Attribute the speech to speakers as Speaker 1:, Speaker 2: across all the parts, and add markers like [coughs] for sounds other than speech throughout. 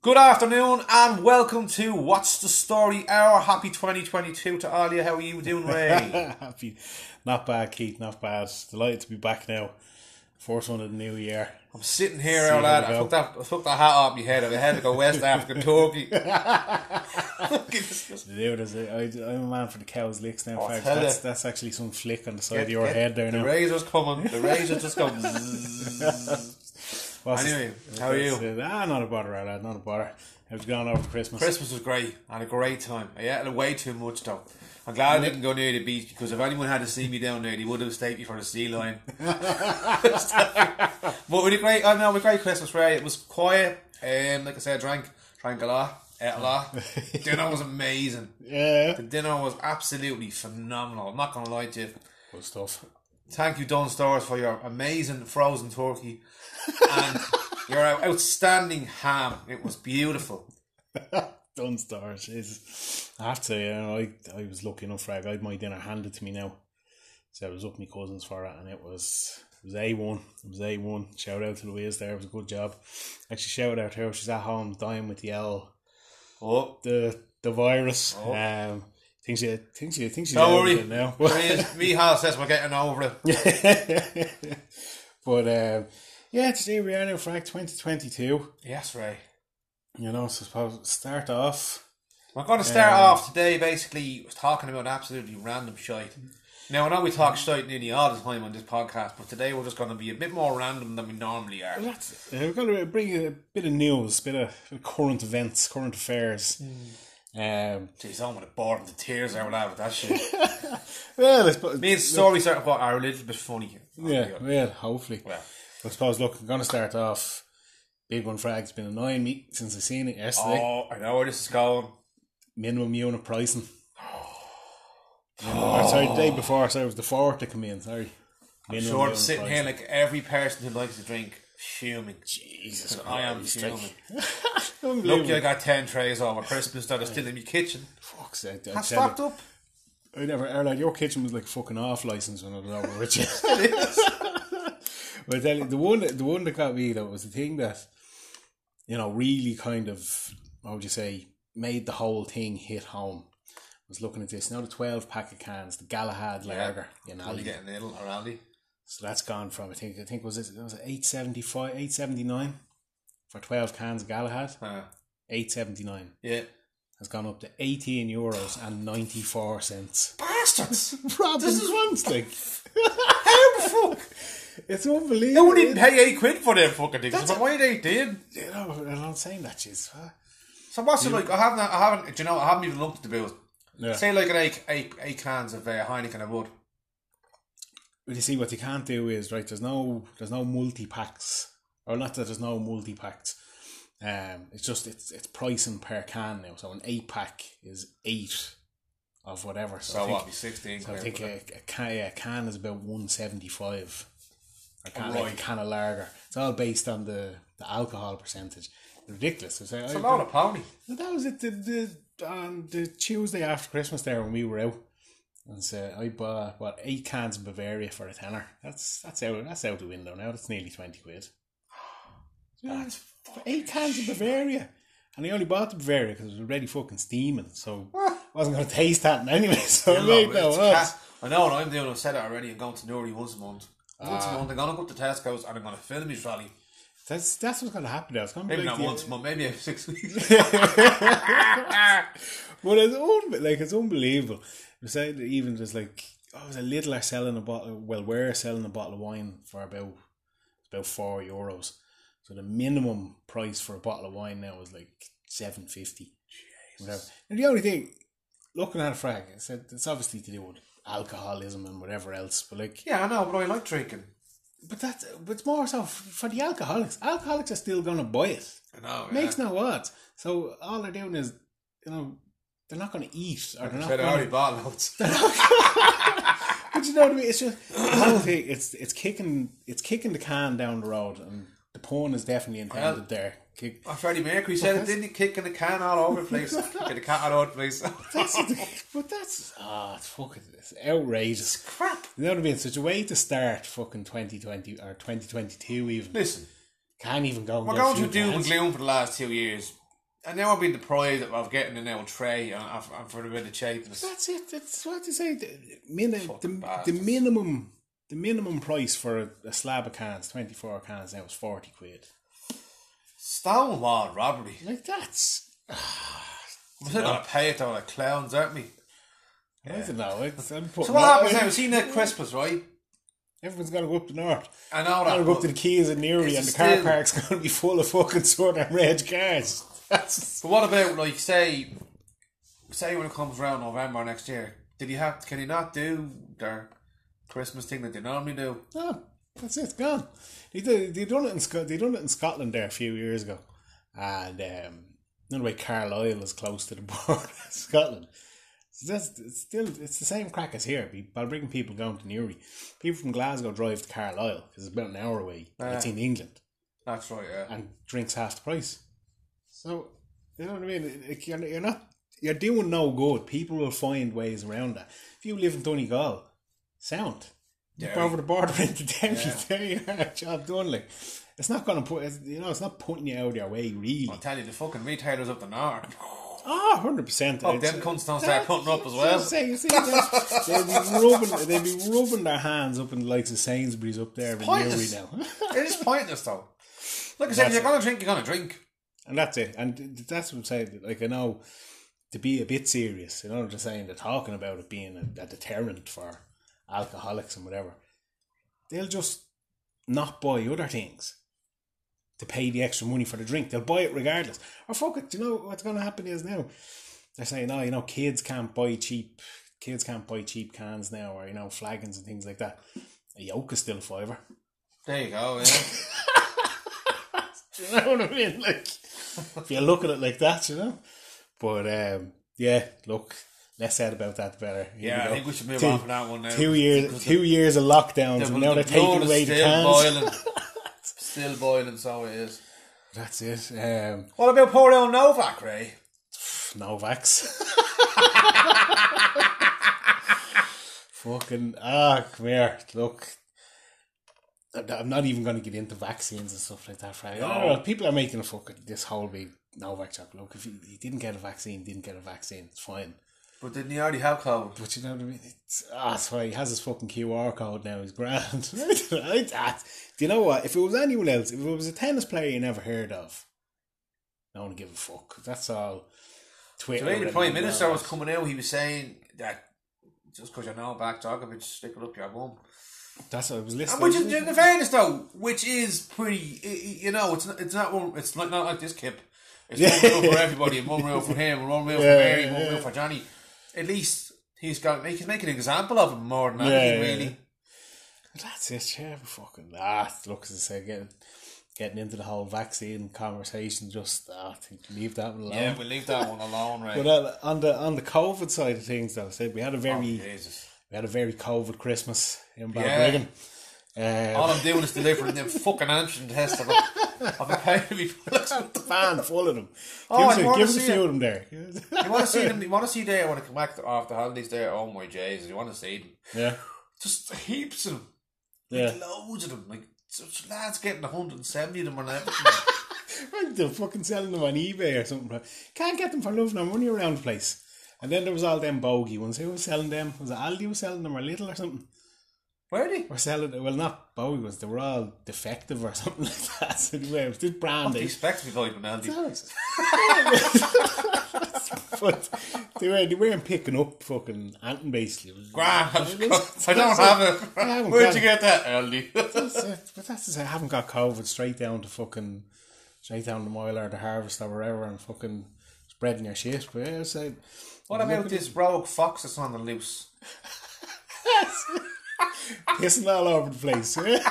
Speaker 1: Good afternoon and welcome to What's the Story Hour. Happy 2022 to Alia. How are you doing,
Speaker 2: [laughs]
Speaker 1: Ray?
Speaker 2: Happy, not bad, Keith. Not bad. Delighted to be back now. First one of the new year.
Speaker 1: I'm sitting here,
Speaker 2: how
Speaker 1: out lad.
Speaker 2: we
Speaker 1: I
Speaker 2: go.
Speaker 1: took, that, I took that hat off my head. I had to go
Speaker 2: [laughs]
Speaker 1: West African turkey. [laughs] Fucking-
Speaker 2: Dude, is it, I, I'm a man for the cows licks now.
Speaker 1: Oh,
Speaker 2: fact.
Speaker 1: tell
Speaker 2: That's,
Speaker 1: ya.
Speaker 2: that's actually some flick on the side
Speaker 1: Get-
Speaker 2: of your
Speaker 1: get-
Speaker 2: head there
Speaker 1: The
Speaker 2: now.
Speaker 1: razor's coming. The razor's just
Speaker 2: [laughs]
Speaker 1: going. zzzz.
Speaker 2: What's
Speaker 1: Anyway,
Speaker 2: this-
Speaker 1: how are you?
Speaker 2: that's it. Ah, not a bother, out lad. Not a bother. How's it gone over Christmas?
Speaker 1: Christmas was great. I had a great time. I ate way too much though. I'm glad I didn't go near the beach because if anyone had to see me down there, they would have staked me for the sea lion. [laughs] but we did great. I know we had a great Christmas, Ray. It was quiet. Um, like I said, drank, drank a lot, ate a lot. dinner was amazing.
Speaker 2: Yeah.
Speaker 1: The dinner was absolutely phenomenal. I'm not gonna lie to you.
Speaker 2: Good stuff.
Speaker 1: Thank you, Don Stars, for your amazing frozen turkey and your outstanding ham. It was beautiful.
Speaker 2: Done stars. Is I have to. You know, I I was lucky enough, Frag. I had my dinner handed to me now. So I was up my cousins for it, and it was it was a one. It was a one. Shout out to Louise there. It was a good job. Actually, shout out to her. She's at home dying with the L,
Speaker 1: Oh,
Speaker 2: the the virus.
Speaker 1: Oh.
Speaker 2: Um, thinks you thinks you thinks you
Speaker 1: Don't worry.
Speaker 2: now.
Speaker 1: Mihal says we're getting over it.
Speaker 2: [laughs] but um, yeah, today we are now, Frag. Twenty twenty two.
Speaker 1: Yes, Ray.
Speaker 2: You know, so suppose start off.
Speaker 1: We're going to start
Speaker 2: Um,
Speaker 1: off today basically talking about absolutely random shite. Now, I know we talk shite nearly all the time on this podcast, but today we're just going to be a bit more random than we normally are.
Speaker 2: Well, That's, uh, we're going to bring you a bit of news, a bit of current events, current affairs.
Speaker 1: Hmm.
Speaker 2: Um,
Speaker 1: Jeez, I'm going to bore them to tears out loud with that
Speaker 2: [laughs]
Speaker 1: shit.
Speaker 2: well, I suppose,
Speaker 1: Me and stories are, what, are a little bit funny.
Speaker 2: yeah, well, hopefully.
Speaker 1: Well.
Speaker 2: I suppose, look, I'm going to start off. Big One Frag's been annoying me since I seen it yesterday.
Speaker 1: Oh, I know where this is going.
Speaker 2: Minimum
Speaker 1: [sighs]
Speaker 2: unit pricing. You know, or sorry, the day before, sorry, it was the fourth that come in, sorry. Minimum
Speaker 1: Sure, I'm
Speaker 2: unit
Speaker 1: sitting here
Speaker 2: pricing.
Speaker 1: like every person who likes to drink, fuming.
Speaker 2: Jesus [laughs] Christ.
Speaker 1: I am
Speaker 2: like,
Speaker 1: fuming.
Speaker 2: [laughs] unbelievable.
Speaker 1: Look, I got 10 trays over Christmas that are still in my kitchen.
Speaker 2: Fuck's sake, I
Speaker 1: I
Speaker 2: tell you.
Speaker 1: stocked up.
Speaker 2: I never, Erlad, your kitchen was like fucking off license when I was over with you. but I tell you, the one, the one that got me though was the thing that, you know, really kind of, how would you say, made the whole thing hit home. was looking at this now, the twelve pack of cans, the Galahad lager in
Speaker 1: Are you
Speaker 2: Aldi.
Speaker 1: getting ill or Aldi?
Speaker 2: So that's gone from I think I think was it, was it eight seventy five, eight seventy nine for twelve cans of Galahad.
Speaker 1: Uh,
Speaker 2: Eight seventy nine
Speaker 1: yeah.
Speaker 2: has gone up to eighteen euros and ninety four cents.
Speaker 1: Bastards! [laughs]
Speaker 2: Rob, this is once like.
Speaker 1: How the fuck?
Speaker 2: It's
Speaker 1: They
Speaker 2: unbelievable.
Speaker 1: wouldn't even pay eight quid for them fucking things.
Speaker 2: That's
Speaker 1: But why they did?
Speaker 2: You know, I'm not saying that, jeez.
Speaker 1: So what's it like? I haven't, I haven't, do you know, I haven't even looked at the bills.
Speaker 2: Yeah.
Speaker 1: Say like an eight, eight, eight cans of uh, Heineken of wood.
Speaker 2: But you see, what you can't do is right. There's no, there's no multi packs, or not that there's no multi packs. Um, it's just it's it's pricing per can now. So an eight pack is eight of whatever.
Speaker 1: So
Speaker 2: So, I think,
Speaker 1: what? Be sixteen.
Speaker 2: so I
Speaker 1: quid
Speaker 2: think
Speaker 1: for that.
Speaker 2: a, a can yeah, a can is about one seventy five. A can, like a
Speaker 1: Right.
Speaker 2: can of lager. It's all based on the, the alcohol percentage. Ridiculous. It's,
Speaker 1: it's a lot of pony.
Speaker 2: But that was it. The, the on the Tuesday after Christmas there when we were out, and so I bought what eight cans of Bavaria for a tenner. That's that's out that's out the window now. That's nearly twenty quid.
Speaker 1: That's
Speaker 2: For eight cans of Bavaria, and I only bought the Bavaria because it was already fucking steaming, so I wasn't going to taste that anyway. [laughs] So I made no
Speaker 1: It's
Speaker 2: odds.
Speaker 1: ca- I know what I'm doing. I've said it already. I'm going to Newry once a month. Once
Speaker 2: Ah.
Speaker 1: a month, I'm gonna go up to Tesco's and I'm gonna fill me trolley.
Speaker 2: That's that's what's going to happen. Now. It's going to be
Speaker 1: Maybe
Speaker 2: like
Speaker 1: not
Speaker 2: the-
Speaker 1: once a month, maybe every six
Speaker 2: [laughs]
Speaker 1: weeks. [laughs]
Speaker 2: But it's un- like it's unbelievable. Besides, even just like oh, it was a little are selling a bottle. Well, we're selling a bottle of wine for about about four euros. So the minimum price for a bottle of wine now is like seven fifty. Whatever. And the only thing, looking at a frag, I said it's obviously to do with alcoholism and whatever else. But like,
Speaker 1: yeah, I know, but I like drinking.
Speaker 2: but that's but it's more so f- for the alcoholics. Alcoholics are still gonna buy it
Speaker 1: I know. yeah.
Speaker 2: makes no odds. So all they're doing is, you know, they're not going to eat or they're not.
Speaker 1: Said I
Speaker 2: Gonna,
Speaker 1: already bought loads.
Speaker 2: [laughs] but you know what I mean? It's just the [coughs] whole thing. It's it's kicking it's kicking the can down the road, and the porn is definitely intended
Speaker 1: Well-
Speaker 2: there. Kick,
Speaker 1: Oh, Freddie Mercury said it, didn't he? Kicking the can all over the
Speaker 2: [laughs]
Speaker 1: place. Kicking the cat all over the place.
Speaker 2: that's, but that's ah, it's fucking it's outrageous.
Speaker 1: Crap.
Speaker 2: You know what I mean? It's such a way to start fucking twenty twenty or twenty twenty two even.
Speaker 1: Listen,
Speaker 2: Can't even go. and
Speaker 1: we're
Speaker 2: get a
Speaker 1: going
Speaker 2: few
Speaker 1: to doom and
Speaker 2: cans.
Speaker 1: gloom for the last two years. And now I've been deprived of getting an old tray and, and and for a bit of cheapness.
Speaker 2: That's it. That's what they say. The, min- uh,
Speaker 1: Fucking
Speaker 2: the, the
Speaker 1: bastards.
Speaker 2: minimum the minimum price for a, a slab of cans, twenty four cans now is forty quid.
Speaker 1: Stonewall robbery.
Speaker 2: Like that's
Speaker 1: I'm still gonna pay it though, like clowns, aren't we?
Speaker 2: I don't know. It's, I'm putting
Speaker 1: So what happens
Speaker 2: all-
Speaker 1: now? See next Christmas, right?
Speaker 2: Everyone's got to go up to north.
Speaker 1: I know
Speaker 2: Got to
Speaker 1: that.
Speaker 2: go up to the
Speaker 1: But,
Speaker 2: quays in Newry, and
Speaker 1: It's
Speaker 2: the car
Speaker 1: still-
Speaker 2: park's going to be full of fucking [laughs] sort of red cars. That's
Speaker 1: but what about like say, say when it comes around November next year? Did he have? Can he not do their Christmas thing that they normally do?
Speaker 2: no. Ah, That's it. Gone. They did, they done it in Scot- They done it in Scotland there a few years ago, and um, another way Carlisle is close to the [laughs] border of Scotland. So that's it's still it's the same crack as here. be- By bringing people going to Newry, people from Glasgow drive to Carlisle because it's about an hour away. and It's in England.
Speaker 1: That's right. Yeah.
Speaker 2: and drinks half the price. So you know what I mean? It- it- You're, you're not you're doing no good. People will find ways around that. If you live in Donegal, sound. You go
Speaker 1: Derry.
Speaker 2: over the border [laughs] into Derry, there [laughs] you are, job done. Like it's not gonna put it's, you know it's not putting you out of your way really.
Speaker 1: I tell you, the fucking retailers up the north. [laughs]
Speaker 2: Ah, hundred percent.
Speaker 1: Oh, them cunts don't start putting up as well.
Speaker 2: Say, you see, they'd
Speaker 1: [laughs]
Speaker 2: they'd be rubbing they'd be rubbing their hands up in the likes of Sainsbury's up there in Newry
Speaker 1: pointless.
Speaker 2: [laughs] now.
Speaker 1: It is pointless though. Like I said, if you're gonna drink, you're gonna drink.
Speaker 2: And that's it. And th- th- that's what I'm saying. Like, I know to be a bit serious, you know, just saying they're talking about it being a, a deterrent for alcoholics and whatever. They'll just not buy other things to pay the extra money for the drink. They'll buy it regardless. Or fuck it, you know what's going to happen is now they're saying, oh, you know, kids can't buy cheap, kids can't buy cheap cans now, or you know, flagons and things like that. A yoke is still a fiver.
Speaker 1: There you go. [laughs] Yeah.
Speaker 2: Do [laughs] you know what I mean? Like, if you look at it like that, you know. But um, yeah, look, less said about that, the better. Here we
Speaker 1: Yeah, I
Speaker 2: go.
Speaker 1: think we should move
Speaker 2: two,
Speaker 1: on from that one now.
Speaker 2: Two years, two years of lockdowns, and now they're taking
Speaker 1: blood is
Speaker 2: away the
Speaker 1: still
Speaker 2: cans.
Speaker 1: [laughs] boiling. still boiling, so it is.
Speaker 2: That's it. Um,
Speaker 1: What about poor old Novak, Ray?
Speaker 2: Novaks. [laughs] Fucking ah, come here. Look, I'm- I'm not even going to get into vaccines and stuff like that. Right?
Speaker 1: No.
Speaker 2: Oh, people are making a fucking this whole big Novak joke. Look, if you, you didn't get a vaccine, didn't get a vaccine, it's fine.
Speaker 1: But didn't he already have COVID?
Speaker 2: But you know what I mean? It's, ah, that's why he has his fucking QR code now. He's grand. [laughs] Right? Ah, Do you know what? If it was anyone else, if it was a tennis player you never heard of, no one would give a fuck. That's all. Twitter.
Speaker 1: The way the
Speaker 2: and
Speaker 1: Prime
Speaker 2: all
Speaker 1: Minister
Speaker 2: that.
Speaker 1: was coming out, he was saying that just because you're Novak Djokovic, stick it up your bum.
Speaker 2: That's what I was
Speaker 1: And
Speaker 2: listening.
Speaker 1: which, is, in fairness, though, which is pretty, i- i- you know, it's not, it's not, one- it's not, not like this kip. It's one rule for everybody, and one rule for him, and one rule for
Speaker 2: Yeah,
Speaker 1: Mary,
Speaker 2: yeah,
Speaker 1: and one rule
Speaker 2: yeah.
Speaker 1: for Johnny. At least he's got, he's making an example of him more than
Speaker 2: Yeah,
Speaker 1: anything,
Speaker 2: yeah,
Speaker 1: really.
Speaker 2: yeah. That's it. Yeah, but fucking ah. Look, as I say, getting getting into the whole vaccine conversation. Just ah, I think leave that one alone.
Speaker 1: Yeah, we leave that one alone, right?
Speaker 2: but uh, on the on the COVID side of things, though, I said we had a
Speaker 1: Oh,
Speaker 2: very
Speaker 1: Jesus.
Speaker 2: we had a very COVID Christmas in Uh,
Speaker 1: Yeah.
Speaker 2: Balbriggan. Yeah.
Speaker 1: All I'm doing is delivering them fucking ancient tests. I've I've a pain to be [laughs]
Speaker 2: the fan full of them.
Speaker 1: Oh,
Speaker 2: give us
Speaker 1: I'd
Speaker 2: a,
Speaker 1: wanna
Speaker 2: give us a
Speaker 1: see
Speaker 2: few
Speaker 1: it.
Speaker 2: of them [laughs] there.
Speaker 1: You want to see them? You want to see there when I come back to, after holidays? There, oh my Jesus, you want to see them?
Speaker 2: yeah,
Speaker 1: Just heaps of them,
Speaker 2: [laughs] yeah.
Speaker 1: loads of them. Like such lads getting 170 of them and everything.
Speaker 2: [laughs] Right, They're fucking selling them on eBay or something. Can't get them for love nor money around the place. And then there was all them bogey ones. Who was selling them? Was it Aldi was selling them or Little or something?
Speaker 1: Where are they?
Speaker 2: Or selling well not bogey ones, they were all defective or [laughs] something like that. So anyway, it was this brand
Speaker 1: They
Speaker 2: they
Speaker 1: expect to be vitamin healthy.
Speaker 2: Does. [laughs] but they were they weren't picking up fucking Anton basically. It was-
Speaker 1: Graham, I don't
Speaker 2: That's
Speaker 1: have
Speaker 2: it. I
Speaker 1: it.
Speaker 2: haven't
Speaker 1: Where'd
Speaker 2: got
Speaker 1: you
Speaker 2: it.
Speaker 1: get that, Aldi?
Speaker 2: That's it. But that's it. I haven't got COVID straight down to fucking straight down to Moyle or the harvest or wherever and fucking spreading your shit. But yeah, it's like,
Speaker 1: what about this rogue fox that's on the loose?
Speaker 2: pissing all over the place. [laughs] Yeah.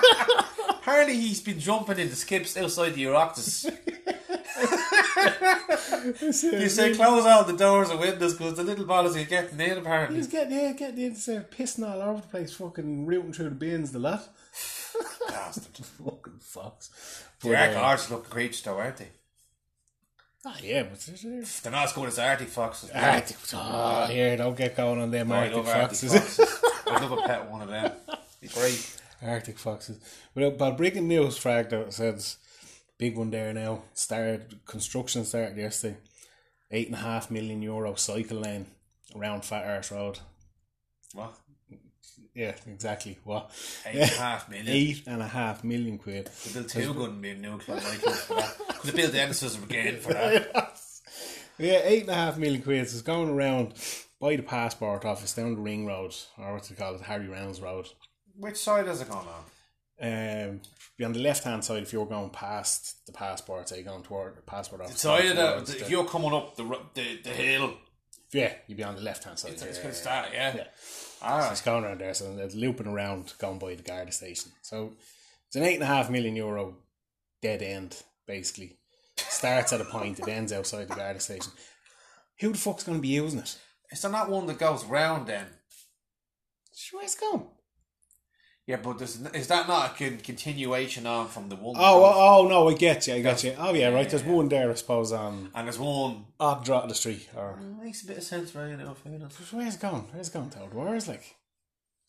Speaker 1: Apparently, he's been jumping into skips outside the
Speaker 2: [laughs]
Speaker 1: Oroctus. He said, close all the doors and windows because the little balls are getting in, apparently.
Speaker 2: He's getting yeah, getting in there, pissing all over the place, fucking rooting through the bins, the lot.
Speaker 1: Bastard.
Speaker 2: [laughs] Fucking fox. But,
Speaker 1: The Arctic
Speaker 2: uh,
Speaker 1: Arts looking creatures, though, aren't they?
Speaker 2: ah, yeah, but
Speaker 1: [laughs]
Speaker 2: it's- it's-
Speaker 1: They're not as good as Arctic
Speaker 2: [laughs]
Speaker 1: Foxes.
Speaker 2: Arctic. Oh, here, don't get going on them
Speaker 1: I
Speaker 2: Arctic
Speaker 1: love Arctic
Speaker 2: [laughs] foxes.
Speaker 1: Foxes. I'd love a pet one of them. It'd be great.
Speaker 2: uh, Arctic foxes. Well, but breaking news, Frag, though, it says Big one there now. Started construction started yesterday. Eight and a half million euro cycle lane around Fat Arse Road.
Speaker 1: What?
Speaker 2: Yeah, exactly. What?
Speaker 1: Eight and a
Speaker 2: [laughs]
Speaker 1: half million.
Speaker 2: Eight and a half million quid.
Speaker 1: They built two gun beam nuclear rifles for that. They built the Edison Brigade for
Speaker 2: [laughs]
Speaker 1: that.
Speaker 2: Yeah, eight and a half million quid. is going around by the passport office down the ring road, or what's it called, Harry Reynolds Road.
Speaker 1: Which side is it going on?
Speaker 2: Um, be on the left hand side if you're going past the passport, say going toward the passport office.
Speaker 1: The side of
Speaker 2: towards
Speaker 1: the, if you're coming up the ro- the, the hill,
Speaker 2: yeah, you'd be on the left hand side.
Speaker 1: it's,
Speaker 2: yeah,
Speaker 1: it's
Speaker 2: yeah,
Speaker 1: going to
Speaker 2: yeah.
Speaker 1: start, yeah?
Speaker 2: Yeah.
Speaker 1: All
Speaker 2: So
Speaker 1: right.
Speaker 2: it's going around there, so it's looping around, going by the Garda station. So it's an eight and a half million euro dead end, basically. Starts at a point, it ends outside the Garda station. Who the fuck's going to be using it?
Speaker 1: Is there not one that goes round then?
Speaker 2: Sure, it's gone.
Speaker 1: Yeah, but there's, n- is that not a con- continuation on from the one? that
Speaker 2: Oh,
Speaker 1: goes-
Speaker 2: oh, oh, no, I get you, I get you. Oh, yeah, right, there's
Speaker 1: Yeah.
Speaker 2: one there, I suppose, on
Speaker 1: And there's one.
Speaker 2: Ogdrop of the Street. Or,
Speaker 1: Makes a bit of sense, right? You know, if you know, it
Speaker 2: where's it going? Where's it going, Toad? Where is like?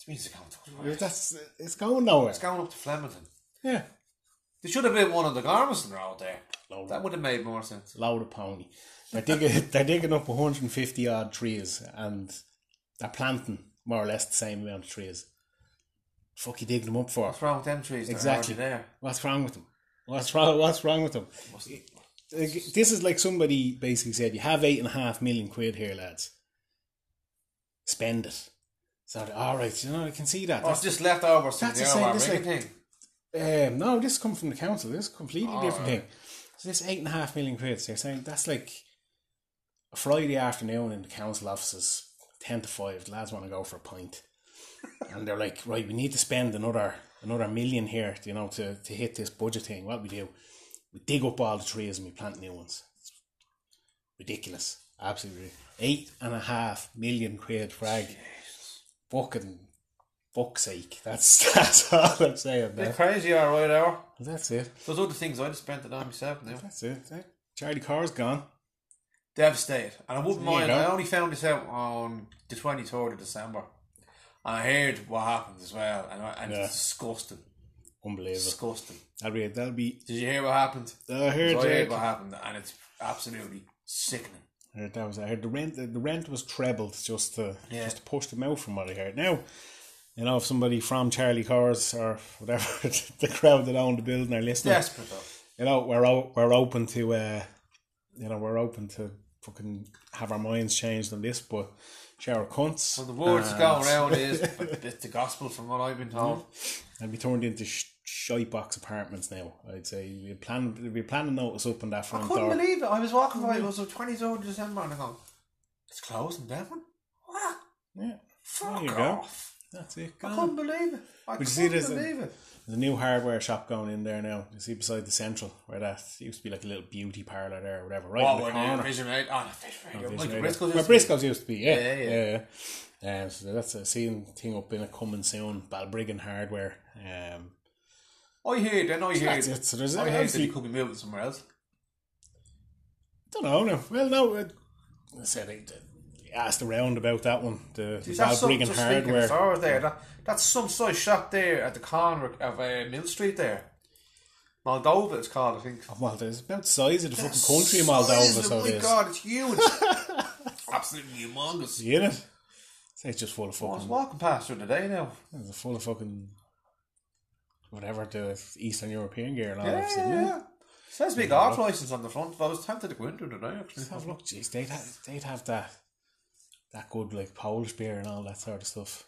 Speaker 1: means it's going to-
Speaker 2: That's, it's going nowhere.
Speaker 1: It's going up to Flemington.
Speaker 2: Yeah.
Speaker 1: There should have been one on the Garmison Road there.
Speaker 2: Load,
Speaker 1: That would have made more sense.
Speaker 2: load of pony. They're digging, [laughs] they're digging up 150 odd trees and they're planting more or less the same amount of trees. Fuck you digging them up for?
Speaker 1: What's wrong with them trees? that are
Speaker 2: Exactly.
Speaker 1: already There.
Speaker 2: What's wrong with them? What's wrong? What's wrong with them? Like, This is like somebody basically said, "You have eight and a half million quid here, lads. Spend it." So they're, all right, you know I can see that.
Speaker 1: Oh, it's just left over some
Speaker 2: That's
Speaker 1: the
Speaker 2: the same,
Speaker 1: Arrowhead
Speaker 2: this
Speaker 1: Rigging
Speaker 2: like-
Speaker 1: thing.
Speaker 2: Um, no, this comes from the council. This is a completely
Speaker 1: Oh,
Speaker 2: different
Speaker 1: right.
Speaker 2: thing. So this eight and a half million quid, they're saying that's like a Friday afternoon in the council offices, ten to five. The lads want to go for a pint, and they're like, right, we need to spend another another million here, you know, to to hit this budget thing. What we do, we dig up all the trees and we plant new ones. It's ridiculous, absolutely ridiculous. eight and a half million quid frag. Fucking fuck's sake, that's [laughs] that's all I'm saying. man.
Speaker 1: They're crazy, all right, hour.
Speaker 2: That's it.
Speaker 1: Those other things I'd have spent it on myself now.
Speaker 2: That's it. That- Charlie Carr's gone.
Speaker 1: Devastated. And I wouldn't
Speaker 2: There you
Speaker 1: mind,
Speaker 2: go.
Speaker 1: I only found this out on the 23rd of December. And I heard what happened as well. And, I, and
Speaker 2: Yeah.
Speaker 1: it's disgusting.
Speaker 2: Unbelievable.
Speaker 1: Disgusting.
Speaker 2: That'll be. That'll be.
Speaker 1: Did you hear what happened?
Speaker 2: I
Speaker 1: So
Speaker 2: heard,
Speaker 1: I heard
Speaker 2: that,
Speaker 1: what happened. And it's absolutely sickening.
Speaker 2: I heard that was. I heard the rent. The, the rent was trebled just to
Speaker 1: Yeah.
Speaker 2: just to push them out from what I heard. Now, you know, if somebody from Charlie Carr's or [laughs] whatever the crowd that owned the building are listening,
Speaker 1: Desperate though.
Speaker 2: you know, we're o- we're open to. Uh, you know, we're open to fucking have our minds changed on this, but shower cunts. uh,
Speaker 1: So the words
Speaker 2: and-
Speaker 1: that go
Speaker 2: [laughs]
Speaker 1: around is it's the gospel from what I've been
Speaker 2: Hmm.
Speaker 1: told.
Speaker 2: and be turned into sh- shite box apartments now. I'd say we plan we plan a notice up on that
Speaker 1: I
Speaker 2: front
Speaker 1: couldn't
Speaker 2: door.
Speaker 1: believe it. I was walking by, it was the 23rd of December, and I go, it's closed in Devon? What?
Speaker 2: Yeah,
Speaker 1: Fuck
Speaker 2: you go.
Speaker 1: off.
Speaker 2: that's it.
Speaker 1: I
Speaker 2: Gone.
Speaker 1: couldn't believe it. I
Speaker 2: But you
Speaker 1: couldn't
Speaker 2: see, there's a-
Speaker 1: believe it.
Speaker 2: There's a new hardware shop going in there now. You see beside the central where that used to be like a little beauty parlor there or whatever, right
Speaker 1: Oh,
Speaker 2: in the
Speaker 1: we're
Speaker 2: corner.
Speaker 1: doing Vision Radio. Oh, no, Vision Radio.
Speaker 2: There's
Speaker 1: Like
Speaker 2: no-
Speaker 1: Briscoe's used
Speaker 2: Where
Speaker 1: to be-
Speaker 2: Briscoe's used to be, yeah,
Speaker 1: Yeah,
Speaker 2: yeah,
Speaker 1: yeah.
Speaker 2: yeah. Um, so that's a seeing thing up in it coming soon. Balbriggan Hardware. Um,
Speaker 1: I Oh, heard, and I heard.
Speaker 2: that's it. So there's
Speaker 1: I heard that he
Speaker 2: obviously
Speaker 1: could be moving somewhere else.
Speaker 2: don't know. No. Well, no. It, I said they, they asked around about that one. The, the
Speaker 1: Is that something
Speaker 2: Balbriggan
Speaker 1: just thinking
Speaker 2: Hardware.
Speaker 1: as far as there? That, that's some sort of shop there at the corner of uh, Mill Street there. Moldova, it's called, I think.
Speaker 2: Malta is about the size of the fucking country of Moldova,
Speaker 1: Jesus,
Speaker 2: so
Speaker 1: my
Speaker 2: it is.
Speaker 1: God, it's huge. Absolutely humongous.
Speaker 2: You in it? Say it's just full of
Speaker 1: I was
Speaker 2: fucking.
Speaker 1: walking past her today now.
Speaker 2: It's full of fucking. Whatever the Eastern European gear and all
Speaker 1: Yeah,
Speaker 2: that.
Speaker 1: yeah,
Speaker 2: isn't it?
Speaker 1: yeah. Says big art license on the front, but I was tempted to go into it today actually.
Speaker 2: Have a Oh, look, jeez, they'd have, they'd have that that good like Polish beer and all that sort of stuff,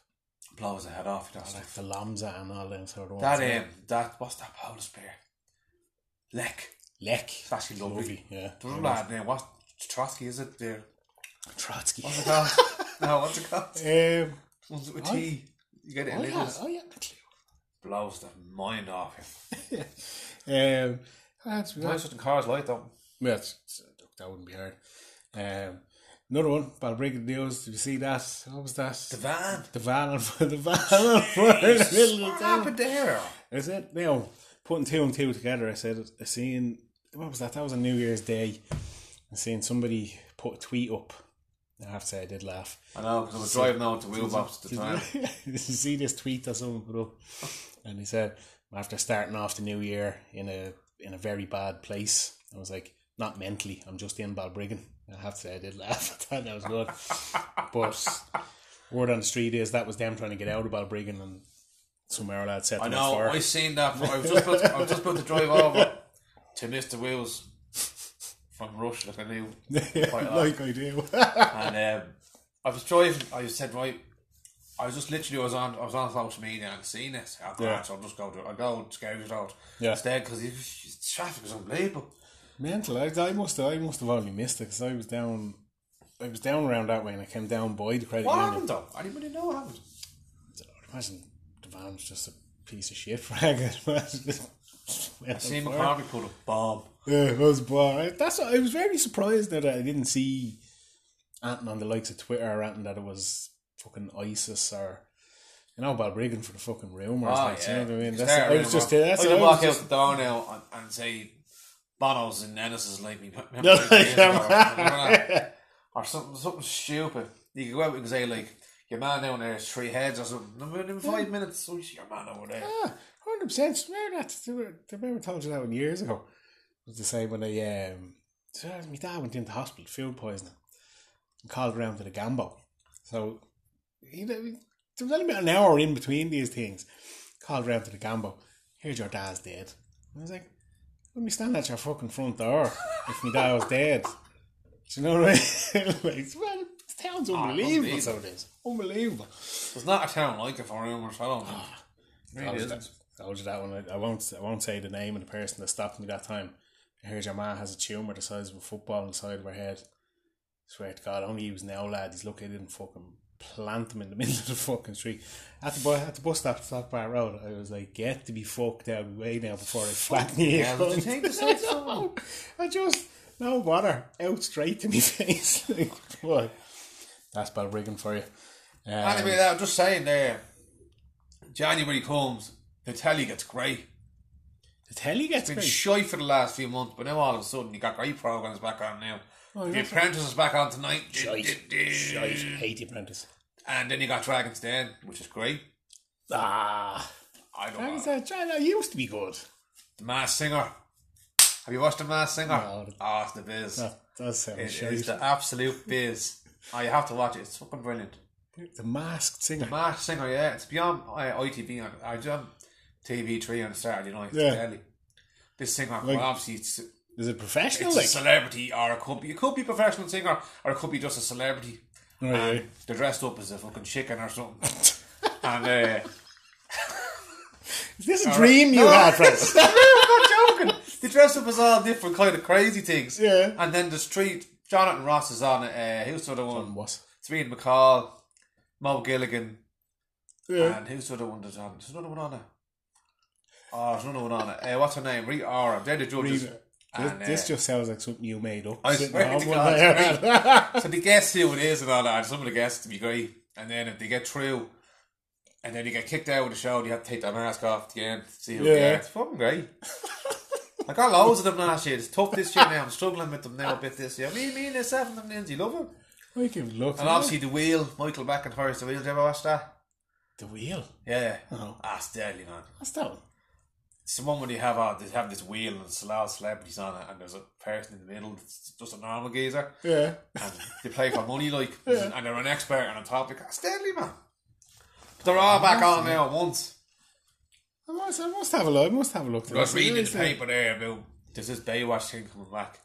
Speaker 1: Blows the head off. That's
Speaker 2: like the Lamza and all them sort of ones.
Speaker 1: that um, that what's that Polish beer? Lek.
Speaker 2: Lek,
Speaker 1: It's actually lovely.
Speaker 2: lovely, yeah.
Speaker 1: The other lad name what Trotsky is it? [laughs] There.
Speaker 2: Trotsky.
Speaker 1: What's it called? no, what's it called?
Speaker 2: Um,
Speaker 1: One's with
Speaker 2: Oh.
Speaker 1: tea. You get it in
Speaker 2: oh yeah,
Speaker 1: liters.
Speaker 2: oh yeah.
Speaker 1: Blows the mind off him.
Speaker 2: Um, that's
Speaker 1: Why
Speaker 2: that's
Speaker 1: should the cars like that?
Speaker 2: Yeah, it's, it's- look, that wouldn't be hard. Um, another one, Balbriggan News. Did you see that? What was that?
Speaker 1: The van.
Speaker 2: The van on [laughs] the van on [laughs] fire in the middle
Speaker 1: [laughs]
Speaker 2: of
Speaker 1: What
Speaker 2: the town.
Speaker 1: happened there?
Speaker 2: I said, you know, putting two and two together, I said, I seen, what was that? That was on New Year's Day. I seen somebody put a tweet up. I have to say, I did laugh.
Speaker 1: I know because I was driving out to Wheelbox at the
Speaker 2: [laughs]
Speaker 1: time.
Speaker 2: you see this tweet that someone put up, and he said, after starting off the new year in a in a very bad place. I was like, not mentally. I'm just in Balbriggan. I have to say, I did laugh [laughs] at that. That was good. but word on the street is that was them trying to get out of Balbriggan and some air lad set
Speaker 1: I
Speaker 2: them
Speaker 1: know.
Speaker 2: afire.
Speaker 1: I seen that. I was just about to, I was just about to drive over [laughs] to Mister Wills from Rush, like I knew, quite [laughs] like.
Speaker 2: like I do. [laughs]
Speaker 1: and um, I was driving. I said right. I was just literally I was on I was on social media and seen this. I thought,
Speaker 2: Yeah.
Speaker 1: so I'll just go to I go to Scary's Road
Speaker 2: Yeah.
Speaker 1: instead because traffic is unbelievable.
Speaker 2: Mental. I, I must have. I must have only missed it because I was down. I was down around that way, and I came down by the credit
Speaker 1: What
Speaker 2: union.
Speaker 1: happened though? Anybody know what happened?
Speaker 2: Imagine the van was just a piece of shit [laughs] rag. [laughs] I
Speaker 1: See McCarthy put a bomb.
Speaker 2: Yeah, it was bad. That's what, I was very surprised that I didn't see Anton on the likes of Twitter ranting that it was fucking ISIS or you know Bob Regan for the fucking rumours.
Speaker 1: Oh,
Speaker 2: like,
Speaker 1: yeah.
Speaker 2: you know what I mean?
Speaker 1: It's
Speaker 2: That's I
Speaker 1: terrible.
Speaker 2: was just that's
Speaker 1: I
Speaker 2: what
Speaker 1: could
Speaker 2: I
Speaker 1: Oh, walk out
Speaker 2: [laughs] was just,
Speaker 1: the door now and, and say Bono's and Ennis's like me. Remember [laughs]
Speaker 2: No,
Speaker 1: like years ago or
Speaker 2: yeah.
Speaker 1: something like that? [laughs] or something, something stupid. You could go out and say like your man down there is three heads or something. And Within five minutes, oh, it's your man over there.
Speaker 2: ah, hundred percent. Remember that? They were- they remember I told you that one years ago. It was the same when I um, so my dad went into hospital, food poisoning, and called around to the Gambo. So you know, there was only about an hour in between these things. Called round to the Gambo. Here's your dad's dead. And I was like, wouldn't be standing at your fucking front door if my dad was dead. Do you know what I mean? [laughs] like, well, this town's unbelievable.
Speaker 1: unbelievable.
Speaker 2: so it is unbelievable.
Speaker 1: There's not a town like it for rumours. I don't think.
Speaker 2: I
Speaker 1: Really
Speaker 2: Oh, was-
Speaker 1: isn't.
Speaker 2: I told you that one. I, I won't. I won't say the name of the person that stopped me that time. I heard your man has a tumor the size of a football on the side of her head. swear to God, only he was now lad. He's lucky I didn't fucking plant him in the [laughs] middle of the fucking street. At the bu- at the bus stop, South Bar Road, I was like, get to be fucked out of the way now before I flatten you.
Speaker 1: hell, did you
Speaker 2: cunt."
Speaker 1: take the side someone?
Speaker 2: [laughs] I just no bother out straight to me [laughs] face. like, what? That's Balbriggan for you. Um,
Speaker 1: Anyway, I'm just saying there. January comes, the telly gets great.
Speaker 2: the telly gets
Speaker 1: been
Speaker 2: great.
Speaker 1: shy for the last few months, but now all of a sudden you got great programs back on now.
Speaker 2: yeah.
Speaker 1: the Apprentice is back on tonight,
Speaker 2: Oh, Shite. Shite. Hate the apprentice.
Speaker 1: and then you got Dragons Den, which is great.
Speaker 2: Ah.
Speaker 1: I don't
Speaker 2: Dragons
Speaker 1: know.
Speaker 2: Den China used to be good.
Speaker 1: The Masked Singer. Have you watched The Masked Singer?
Speaker 2: No.
Speaker 1: Ah, it's the biz.
Speaker 2: That does sound
Speaker 1: It
Speaker 2: shite.
Speaker 1: is the absolute biz. Oh, you have to watch it. It's fucking brilliant.
Speaker 2: The masked singer.
Speaker 1: Masked Singer, yeah, it's beyond uh, ITV on I on TV three on Saturday night.
Speaker 2: Yeah.
Speaker 1: Yeah. This singer, well, obviously, it's,
Speaker 2: Is it professional?
Speaker 1: it's a
Speaker 2: Like,
Speaker 1: celebrity, or it could be, it could be a professional singer, or it could be just a celebrity.
Speaker 2: Oh, yeah.
Speaker 1: and they're dressed up as a fucking chicken or something.
Speaker 2: [laughs]
Speaker 1: and uh,
Speaker 2: Is this a dream you
Speaker 1: No. [laughs]
Speaker 2: had, Francis?
Speaker 1: I'm not joking. They dress up as all different kind of crazy things.
Speaker 2: Yeah.
Speaker 1: And then the street, Jonathan Ross is on it. Uh, who's the other one?
Speaker 2: what?
Speaker 1: It's Reed McCall, Mo Gilligan,
Speaker 2: Yeah.
Speaker 1: and who's the other one that's on? There's another one on it. Oh, there's another one on it. Uh, what's her name? Rita Ora. They're the judges.
Speaker 2: Rita. This,
Speaker 1: And,
Speaker 2: this
Speaker 1: uh,
Speaker 2: just sounds like something you made up.
Speaker 1: I
Speaker 2: Sitting
Speaker 1: swear
Speaker 2: on
Speaker 1: to
Speaker 2: one
Speaker 1: God,
Speaker 2: there. [laughs]
Speaker 1: So they guess who it is and all that. Some of the guests to be great, and then if they get through, and then you get kicked out of the show, you have to take that mask off at the end to see who
Speaker 2: Yeah.
Speaker 1: yeah. gets. It's fucking great. I got loads of them last year. It's tough this year now. I'm struggling with them now a bit this year. Me, me, and myself and them Lindsay love them.
Speaker 2: I can look.
Speaker 1: And obviously the wheel, Michael Backenhurst, the wheel. Did you ever watch that?
Speaker 2: the wheel.
Speaker 1: Yeah,
Speaker 2: No.
Speaker 1: that's deadly man.
Speaker 2: What's that one?
Speaker 1: It's the one where they have uh, they have this wheel and it's a lot of celebrities on it, and there's a person in the middle that's just a normal geezer,
Speaker 2: Yeah. [laughs]
Speaker 1: and they play for money like, and they're an expert on a topic. That's deadly man. But they're all back on now at once.
Speaker 2: I must, I must have a look. I must have a look.
Speaker 1: I was reading in the paper there about there's this Baywatch thing coming back.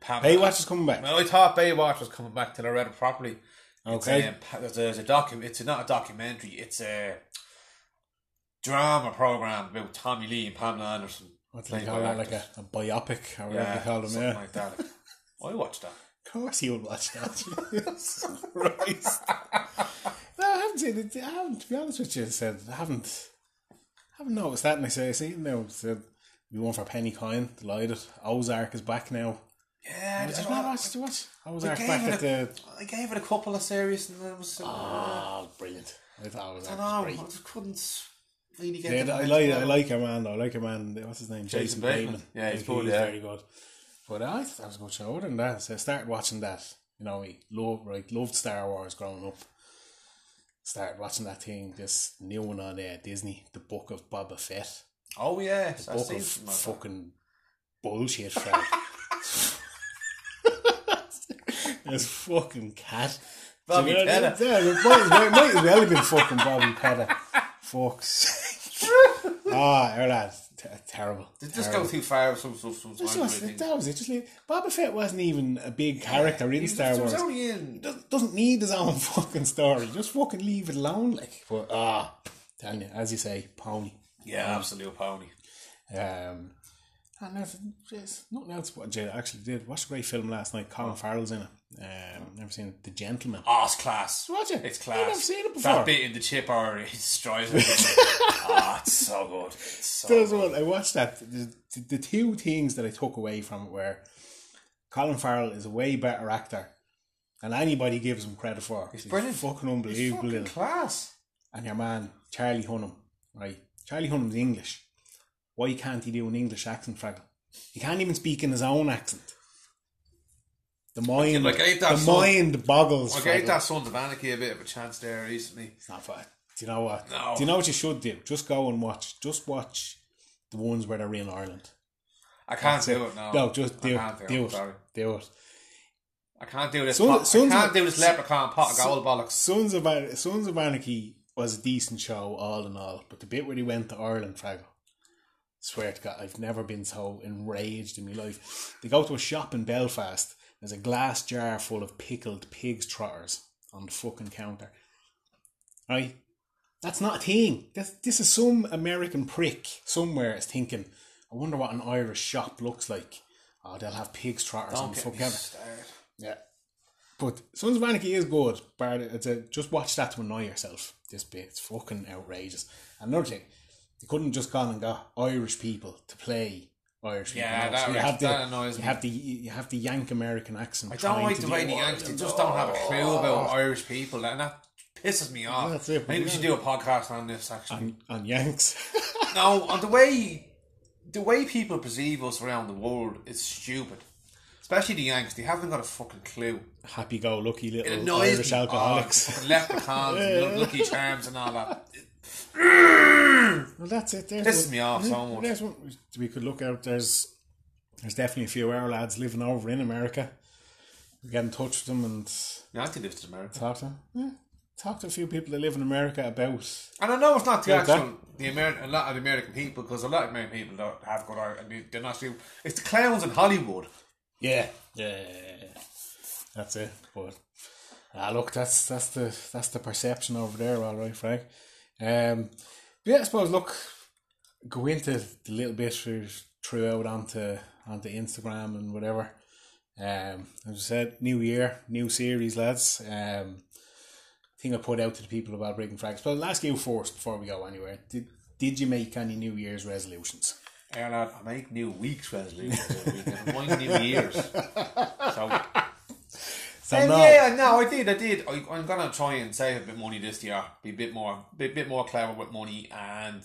Speaker 1: Pam-
Speaker 2: Baywatch is coming back.
Speaker 1: Well, I thought Baywatch was coming back till I read it properly. It's,
Speaker 2: Okay.
Speaker 1: um, pa- there's a, there's a docu- It's not a documentary. It's a drama program about Tommy Lee and Pamela Anderson.
Speaker 2: What's
Speaker 1: Played
Speaker 2: they call
Speaker 1: by
Speaker 2: that? Like a,
Speaker 1: actors.
Speaker 2: a biopic or whatever
Speaker 1: yeah,
Speaker 2: they call them.
Speaker 1: something
Speaker 2: Yeah.
Speaker 1: like
Speaker 2: [laughs]
Speaker 1: that. I watched that.
Speaker 2: Of course he would watch that. Jesus [laughs] Christ. no, I haven't seen it. I haven't, to be honest with you, I said, I haven't, I haven't noticed that. And I say, I see it now. I said, we won for a penny coin. Delighted. Ozark is back now.
Speaker 1: Yeah,
Speaker 2: Did
Speaker 1: I,
Speaker 2: you not watch? Did you watch? Ozark
Speaker 1: gave
Speaker 2: back
Speaker 1: it
Speaker 2: at the.
Speaker 1: I gave it a couple of series and then it was.
Speaker 2: Oh, brilliant. I thought Ozark
Speaker 1: I
Speaker 2: was
Speaker 1: know. I
Speaker 2: great.
Speaker 1: just couldn't really get.
Speaker 2: Yeah,
Speaker 1: into
Speaker 2: I
Speaker 1: it.
Speaker 2: like I like a man though. I like a man. What's his name? Jason,
Speaker 1: Jason
Speaker 2: Bateman.
Speaker 1: Bateman. Yeah, he's
Speaker 2: Like,
Speaker 1: good, yeah.
Speaker 2: very good. But I thought that was a good show. Other than that, so I started watching that. You know, he loved right loved Star Wars growing up. Started watching that thing. This new one on uh, Disney, the Book of Boba Fett.
Speaker 1: Oh yes, I've
Speaker 2: Book
Speaker 1: seen
Speaker 2: of
Speaker 1: something like that.
Speaker 2: fucking
Speaker 1: [laughs]
Speaker 2: bullshit, Fred. this fucking cat.
Speaker 1: Bobby
Speaker 2: Do you know what I mean?
Speaker 1: Petter.
Speaker 2: Yeah, it might, as well- it might as well have been fucking Bobby Petter.
Speaker 1: [laughs]
Speaker 2: Fuck's sake. Ah, oh, that's t- terrible.
Speaker 1: They just
Speaker 2: terrible.
Speaker 1: go too far with some stuff sometimes.
Speaker 2: That's what-
Speaker 1: I think.
Speaker 2: that was it. Just like, Boba Fett wasn't even a big character in
Speaker 1: He was-
Speaker 2: Star
Speaker 1: he was
Speaker 2: Wars.
Speaker 1: only in-
Speaker 2: Doesn't- Doesn't need his own [laughs] fucking story. Just fucking leave it alone. Like, but ah, telling you, as you say, pony.
Speaker 1: Yeah, absolute pony.
Speaker 2: Um, and there's, there's nothing else. What Jada actually did. Watched a great film last night. Colin Farrell's in it. Um, never seen it. The Gentleman.
Speaker 1: Arse Hmm. Ah, class.
Speaker 2: Watch it.
Speaker 1: It's
Speaker 2: I've
Speaker 1: class.
Speaker 2: never seen it before.
Speaker 1: That bit in the chip or it [laughs] destroys
Speaker 2: [laughs]
Speaker 1: it. Ah, it's so good. It's so
Speaker 2: There's
Speaker 1: good.
Speaker 2: one I watched that. The, the two things that I took away from it were Colin Farrell is a way better actor than anybody gives him credit for. He's
Speaker 1: brilliant.
Speaker 2: fucking
Speaker 1: It's
Speaker 2: unbelievable.
Speaker 1: fucking
Speaker 2: in it.
Speaker 1: class.
Speaker 2: and your man Charlie Hunnam, right? Charlie Hunnam's English. Why can't he do an English accent, Fraggle? He can't even speak in his own accent. The mind,
Speaker 1: like, I hate that
Speaker 2: the
Speaker 1: song.
Speaker 2: mind boggles.
Speaker 1: I gave
Speaker 2: Fraggle.
Speaker 1: that Sons of Anarchy a bit of a chance there recently.
Speaker 2: It's not bad. Do you know what?
Speaker 1: No.
Speaker 2: Do you know what you should do? Just go and watch. Just watch the ones where they're in Ireland.
Speaker 1: I can't do it now.
Speaker 2: No, just do
Speaker 1: I
Speaker 2: it.
Speaker 1: can't do,
Speaker 2: Do
Speaker 1: it. Sorry.
Speaker 2: it. Do it.
Speaker 1: I can't do this.
Speaker 2: Sons-
Speaker 1: pot-
Speaker 2: Sons
Speaker 1: I
Speaker 2: of-
Speaker 1: can't do this leprechaun pot of
Speaker 2: Son-
Speaker 1: gold bollocks.
Speaker 2: Sons of An- Sons of Anarchy was a decent show, all in all. But the bit where he went to Ireland, Fraggle, swear to God, I've never been so enraged in my life. They go to a shop in Belfast. There's a glass jar full of pickled pigs trotters on the fucking counter. Right, that's not a thing. This, this is some American prick somewhere is thinking. I wonder what an Irish shop looks like. Oh, they'll have pigs trotters on
Speaker 1: Don't get
Speaker 2: the
Speaker 1: me
Speaker 2: fucking counter.
Speaker 1: started.
Speaker 2: Yeah. But Sons of Anarchy is good, but it's a, just watch that to annoy yourself. This bit, it's fucking outrageous. Another thing, they couldn't just gone and got Irish people to play Irish
Speaker 1: Yeah,
Speaker 2: people. now.
Speaker 1: that-
Speaker 2: you have the,
Speaker 1: that annoys
Speaker 2: you
Speaker 1: me.
Speaker 2: have the you have the Yank American accent.
Speaker 1: I don't like the way the
Speaker 2: they
Speaker 1: Yanks, they just don't have a clue about Irish people, and that pisses me off.
Speaker 2: Oh. That's it,
Speaker 1: I think we should do a podcast on this, actually.
Speaker 2: on, [laughs] on Yanks. [laughs]
Speaker 1: No, on the way the way people perceive us around the world is stupid. Especially the Yanks, they haven't got a fucking clue.
Speaker 2: Happy go lucky
Speaker 1: It
Speaker 2: little
Speaker 1: annoys
Speaker 2: Irish
Speaker 1: me.
Speaker 2: alcoholics.
Speaker 1: Oh, fucking leprechauns,
Speaker 2: [laughs]
Speaker 1: and lucky charms, and all that.
Speaker 2: Well, that's it. There's
Speaker 1: Pisses
Speaker 2: one.
Speaker 1: me off
Speaker 2: Yeah,
Speaker 1: so much.
Speaker 2: There's one we could look out. There's there's definitely a few our lads living over in America. We get in touch with them and
Speaker 1: No, I think this is America.
Speaker 2: talk to them. Yeah. Talk to a few people that live in America about.
Speaker 1: And I know it's not the
Speaker 2: Yeah,
Speaker 1: actual the Ameri- a lot of American people because a lot of American people don't have good art. They're not stupid. It's the clowns in Hollywood.
Speaker 2: Yeah, yeah, that's it. But ah, look, that's that's the that's the perception over there. All right, Frank. Um, yeah, I suppose. Look, go into the little bit through throughout onto onto Instagram and whatever. Um, as I said, new year, new series, lads. Um, thing I put out to the people about breaking frags. But I'll ask you first before we go anywhere. Did did you make any New Year's resolutions?
Speaker 1: And I I make new weeks resolutions every week. and Mine
Speaker 2: [laughs]
Speaker 1: new years. So
Speaker 2: So
Speaker 1: Um,
Speaker 2: no,
Speaker 1: yeah, no, I did, I did. I, I'm gonna try and save a bit money this year. Be a bit more, bit bit more clever with money, and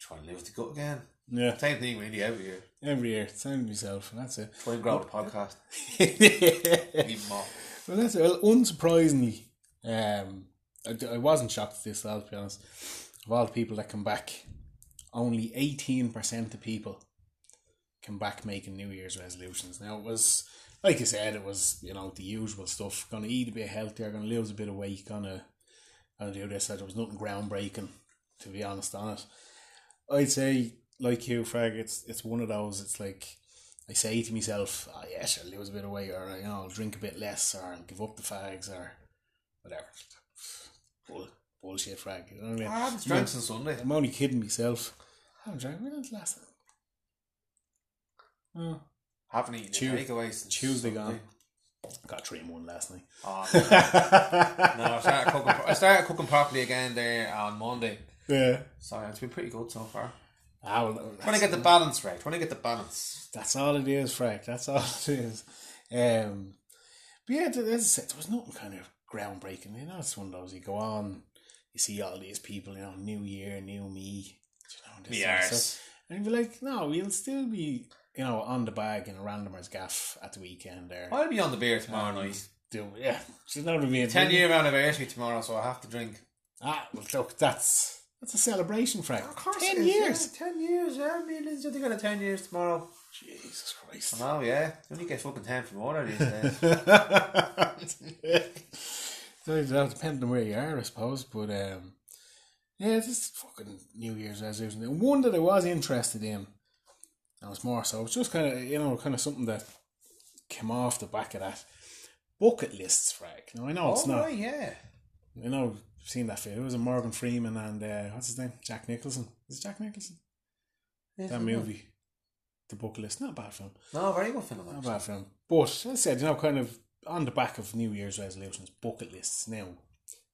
Speaker 1: try and live the gut again.
Speaker 2: yeah,
Speaker 1: Same thing really every year.
Speaker 2: every year, same to myself, and that's it. [laughs]
Speaker 1: Try and grow the podcast
Speaker 2: well,
Speaker 1: even more.
Speaker 2: that's well, unsurprisingly, um, I, d- I wasn't shocked at this. I'll be honest. Of all the people that come back, only eighteen percent of people come back making New Year's resolutions. Now it was, like I said, it was you know the usual stuff. Gonna eat a bit healthier. Gonna lose a bit of weight. Gonna gonna do this. There was nothing groundbreaking, to be honest on it. I'd say, like you, Frag, it's it's one of those. It's like I say to myself, oh, yeah, sure, I'll lose a bit of weight, or you know, I'll drink a bit less, or I'll give up the fags, or whatever. Bull, bullshit, Frag. You know what I mean?
Speaker 1: I haven't drank since Ah, Sunday.
Speaker 2: I'm only kidding myself. I haven't drank. When was the last? Oh,
Speaker 1: Haven't eaten
Speaker 2: Tu-
Speaker 1: a takeaway since
Speaker 2: Tuesday
Speaker 1: Sunday.
Speaker 2: gone. Got three and one
Speaker 1: [laughs]
Speaker 2: last night.
Speaker 1: Oh, no, I started cooking. I started cooking properly again there on Monday.
Speaker 2: yeah.
Speaker 1: So it's been pretty good so far.
Speaker 2: Ah, well,
Speaker 1: Trying to get the balance right. Trying to get the balance.
Speaker 2: That's all it is, Frank. That's all it is. Um, but yeah, th- as I said, there was nothing kind of groundbreaking. You know, it's one of those you go on, you see all these people, you know, new year, new me. You know, this sort of
Speaker 1: Yes.
Speaker 2: stuff. And you'd be like, no, we'll still be, you know, on the bag in a randomer's gaff at the weekend there.
Speaker 1: I'll be on the beer tomorrow night.
Speaker 2: Do, yeah, [laughs] do you know what I mean?
Speaker 1: Ten year anniversary tomorrow, so I have to drink.
Speaker 2: Ah, well, look, that's that's a celebration, Frank.
Speaker 1: Of course
Speaker 2: Ten
Speaker 1: it is,
Speaker 2: years.
Speaker 1: yeah, ten years, yeah. I mean, it's- they're gonna ten years tomorrow.
Speaker 2: Jesus Christ. [laughs]
Speaker 1: Oh yeah, you only get fucking ten from order these days.
Speaker 2: so it all depends on where you are, I suppose. But um, yeah, this fucking New Year's resolution. thing. One that I was interested in, I was more so. It's just kind of you know, kind of something that came off the back of that bucket lists, Frank. Now I know it's
Speaker 1: [laughs] oh
Speaker 2: not.
Speaker 1: right, yeah.
Speaker 2: You know, I've seen that film. It was a Morgan Freeman and uh, what's his name? Jack Nicholson. Is it Jack Nicholson?
Speaker 1: Yes,
Speaker 2: That
Speaker 1: I know.
Speaker 2: movie, The Bucket List. Not a bad film.
Speaker 1: No, very good film.
Speaker 2: Not
Speaker 1: actually.
Speaker 2: bad film. But as I said, you know, kind of on the back of New Year's resolutions, bucket lists. Now,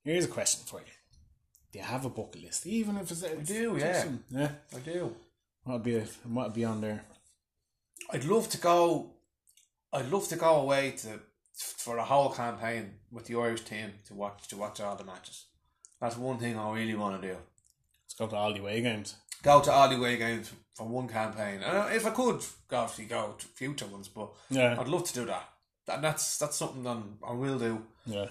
Speaker 2: here's a question for you: Do you have a bucket list? Even if it's I
Speaker 1: do, yeah.
Speaker 2: yeah.
Speaker 1: I do.
Speaker 2: Might be, might be on there.
Speaker 1: I'd love to go. I'd love to go away to for a whole campaign with the Irish team to watch to watch all the matches. That's one thing I really want to do.
Speaker 2: Let's go to all the away games.
Speaker 1: Go to all the away games for one campaign, and uh, if I could, obviously go to future ones. But
Speaker 2: Yeah,
Speaker 1: I'd love to do that. And that's that's something that I will do
Speaker 2: yeah.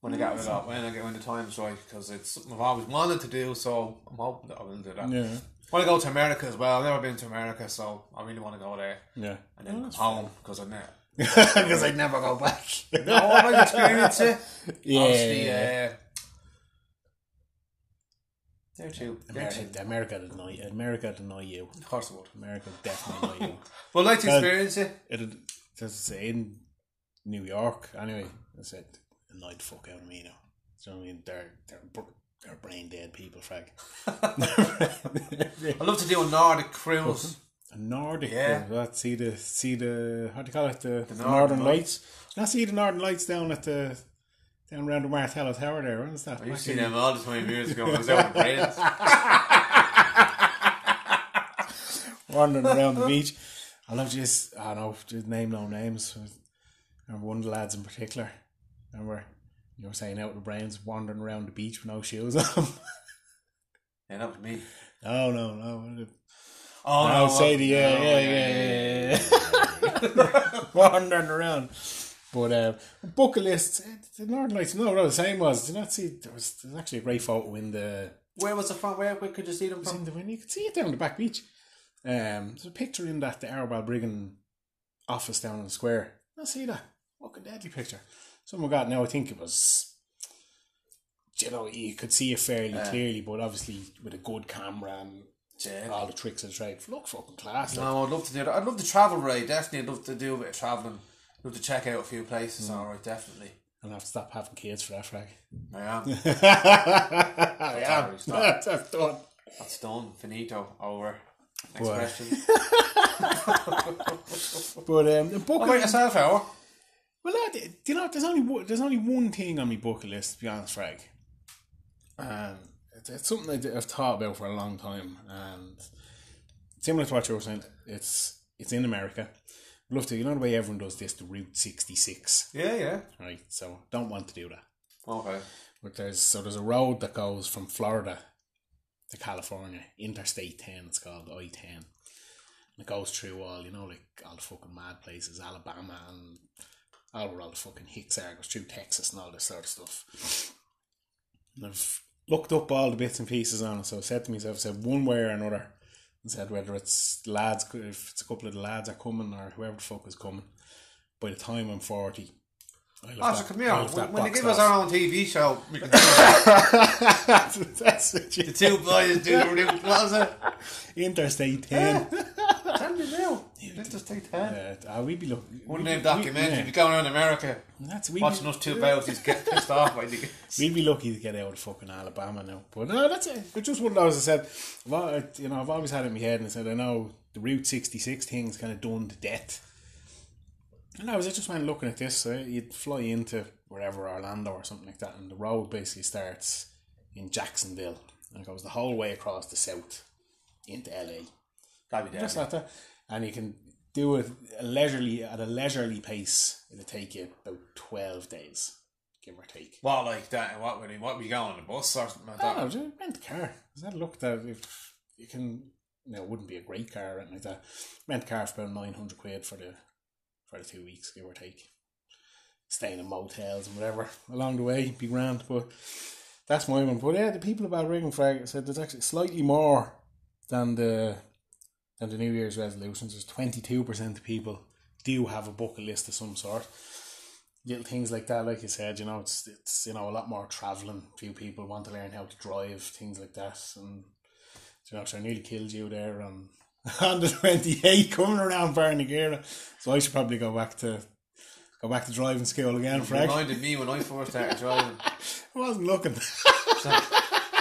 Speaker 1: when I get rid of when I get when the time's right because it's something I've always wanted to do. So I'm hoping that I will do that.
Speaker 2: Yeah,
Speaker 1: want to go to America as well. I've never been to America, so I really want to go there
Speaker 2: yeah. [laughs]
Speaker 1: and then come home because I know.
Speaker 2: Because I'd never go back.
Speaker 1: No, I might experience it.
Speaker 2: [laughs] Yeah,
Speaker 1: Obviously,
Speaker 2: yeah.
Speaker 1: uh, they're two. They're
Speaker 2: America,
Speaker 1: two.
Speaker 2: America would annoy, America would annoy you.
Speaker 1: Of course I would.
Speaker 2: America would definitely annoy you.
Speaker 1: But I'd like to experience it.
Speaker 2: It'd, as I say, in New York, anyway, I said, annoyed the fuck out of me now. Do you know what I mean? They're, they're, br- they're brain dead people, Frank. [laughs]
Speaker 1: I'd love to do a Nordic cruise.
Speaker 2: A Nordic,
Speaker 1: Yeah.
Speaker 2: yeah. That, see the, see the, how do you call it? The, the
Speaker 1: Northern
Speaker 2: Northern Lights. Now see the Northern Lights down at the, down around the Martello Tower there. What is that?
Speaker 1: You've
Speaker 2: Back
Speaker 1: seen
Speaker 2: in-
Speaker 1: them all the 20 years ago. I was out in Wales.
Speaker 2: [laughs] wandering around the beach. I love just I know just name no names. And one of the lads in particular, and we're you know saying out with the brains wandering around the beach with no shoes on. [laughs]
Speaker 1: Yeah, that was me.
Speaker 2: no, no, no.
Speaker 1: Oh,
Speaker 2: I'll
Speaker 1: well,
Speaker 2: say the yeah,
Speaker 1: no,
Speaker 2: yeah, yeah, yeah, yeah. [laughs] wandering around. But uh, bucket list, eh, the Northern Lights. No, no, the same was. Did you not see there was there's actually a great photo in the
Speaker 1: uh, Where was the front? Where, where could you see them
Speaker 2: was
Speaker 1: from?
Speaker 2: in the window. You could see it down the back beach. Um, there's a picture in that the Arabelle Briggan office down in the square. I see that. Fucking deadly picture. Someone got now. I think it was. You know, you could see it fairly
Speaker 1: Yeah.
Speaker 2: clearly, but obviously with a good camera and
Speaker 1: Yeah.
Speaker 2: all the tricks of the trade, look fucking class. like.
Speaker 1: No, I'd love to do that. I'd love to travel, Ray. Definitely, I'd love to do a bit of travelling. Love to check out a few places.
Speaker 2: Mm.
Speaker 1: All right, definitely.
Speaker 2: I'll have to stop having kids for that [laughs] frag.
Speaker 1: I am.
Speaker 2: I am.
Speaker 1: already stopped.
Speaker 2: That's that's done.
Speaker 1: That's done. Finito. Over. Next
Speaker 2: Well. [laughs]
Speaker 1: question.
Speaker 2: But um, the book.
Speaker 1: What about yourself, Howard?
Speaker 2: Well, no, th- do you know, there's only one, there's only one thing on my bucket list, to be honest, Frank. And it's, it's something that I've thought about for a long time, and similar to what you were saying, it's it's in America. I'd love to, you know, the way everyone does this, the Route sixty six,
Speaker 1: Yeah, yeah.
Speaker 2: right? So don't want to do that.
Speaker 1: Okay.
Speaker 2: But there's so there's a road that goes from Florida to California, Interstate Ten. It's called I Ten. It goes through all you know, like all the fucking mad places, Alabama and all where all the fucking hicks are. It goes through Texas and all this sort of stuff. And I've looked up all the bits and pieces on it. So I said to myself, I said one way or another. I said whether it's lads, if it's a couple of the lads are coming or whoever the fuck is coming. By the time I'm forty, I'll have
Speaker 1: Oh, so
Speaker 2: that-
Speaker 1: come here.
Speaker 2: I'll have that
Speaker 1: When, when they
Speaker 2: boxed
Speaker 1: give us
Speaker 2: off.
Speaker 1: our own TV show, we can do
Speaker 2: That's what
Speaker 1: the
Speaker 2: you
Speaker 1: two boys do the
Speaker 2: [laughs]
Speaker 1: Root Plaza.
Speaker 2: Interstate 10.
Speaker 1: Tell me now. Let's just take 10.
Speaker 2: Uh, ah, we be look.
Speaker 1: One
Speaker 2: we-
Speaker 1: name
Speaker 2: we-
Speaker 1: documentary.
Speaker 2: yeah.
Speaker 1: We're going around America
Speaker 2: That's we
Speaker 1: watching
Speaker 2: be,
Speaker 1: us two bounties get pissed off by
Speaker 2: [laughs]
Speaker 1: the.
Speaker 2: we'd be lucky to get out of fucking Alabama now. But no, that's it. But just one of those I said, I've, al- you know, I've always had it in my head and I said, I know the Route 66 thing's kind of done to death. And I was I just went looking at this. So you'd fly into wherever, Orlando or something like that, and the road basically starts in Jacksonville and it goes the whole way across the south into LA.
Speaker 1: That'd be
Speaker 2: Just
Speaker 1: deadly.
Speaker 2: like that. And you can do it a leisurely at a leisurely pace. It'll take you about twelve days, give or take.
Speaker 1: What like that? What were they? What were you going on the bus or something like
Speaker 2: I
Speaker 1: that?
Speaker 2: don't know, just rent a car. Is that look that if you can you know, it wouldn't be a great car or anything like that. Rent a car for about nine hundred quid for the for the two weeks, give or take. Staying in motels and whatever along the way, be grand, but that's my one. But yeah, the people about Regan Frag said there's actually slightly more than the and the New Year's resolutions is twenty two percent of people do have a bucket list of some sort. Little things like that, like you said, you know, it's it's you know a lot more traveling. Few people want to learn how to drive, things like that, and you know, so I nearly killed you there on [laughs] on the twenty eight coming around Barnagera. So I should probably go back to go back to driving school again,
Speaker 1: It
Speaker 2: Frank.
Speaker 1: reminded me when I first started driving.
Speaker 2: I wasn't looking. [laughs]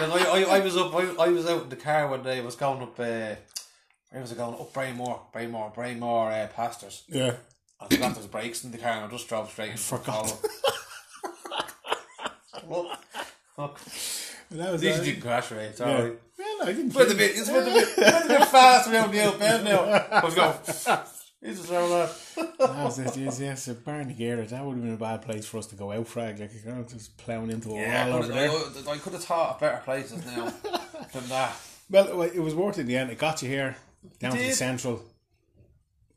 Speaker 1: Because I, I, I was up, I, I was out in the car one day. I was going up, uh, where was I going? Up Braymore, Braymore, Braymore uh, pastors.
Speaker 2: yeah.
Speaker 1: I forgot there's brakes in the car, and I just drove straight. into the
Speaker 2: forgot.
Speaker 1: column. well, fuck.
Speaker 2: That was
Speaker 1: These
Speaker 2: that.
Speaker 1: didn't crash right. It's
Speaker 2: Yeah.
Speaker 1: alright.
Speaker 2: Well, I didn't.
Speaker 1: It's went a bit, it's went
Speaker 2: [laughs]
Speaker 1: a bit, it's went a bit fast around the outbend now. I was going, Jesus, how that?
Speaker 2: I was like, yes, yes, uh, Barnagera, that would have been a bad place for us to go out, Frank. Like, you know, just plowing into a
Speaker 1: Yeah,
Speaker 2: wall
Speaker 1: I,
Speaker 2: over there.
Speaker 1: could- I, I could have thought of better places now than that.
Speaker 2: Well, it wa- it was worth it in the end. It got you here, down to the
Speaker 1: did.
Speaker 2: central.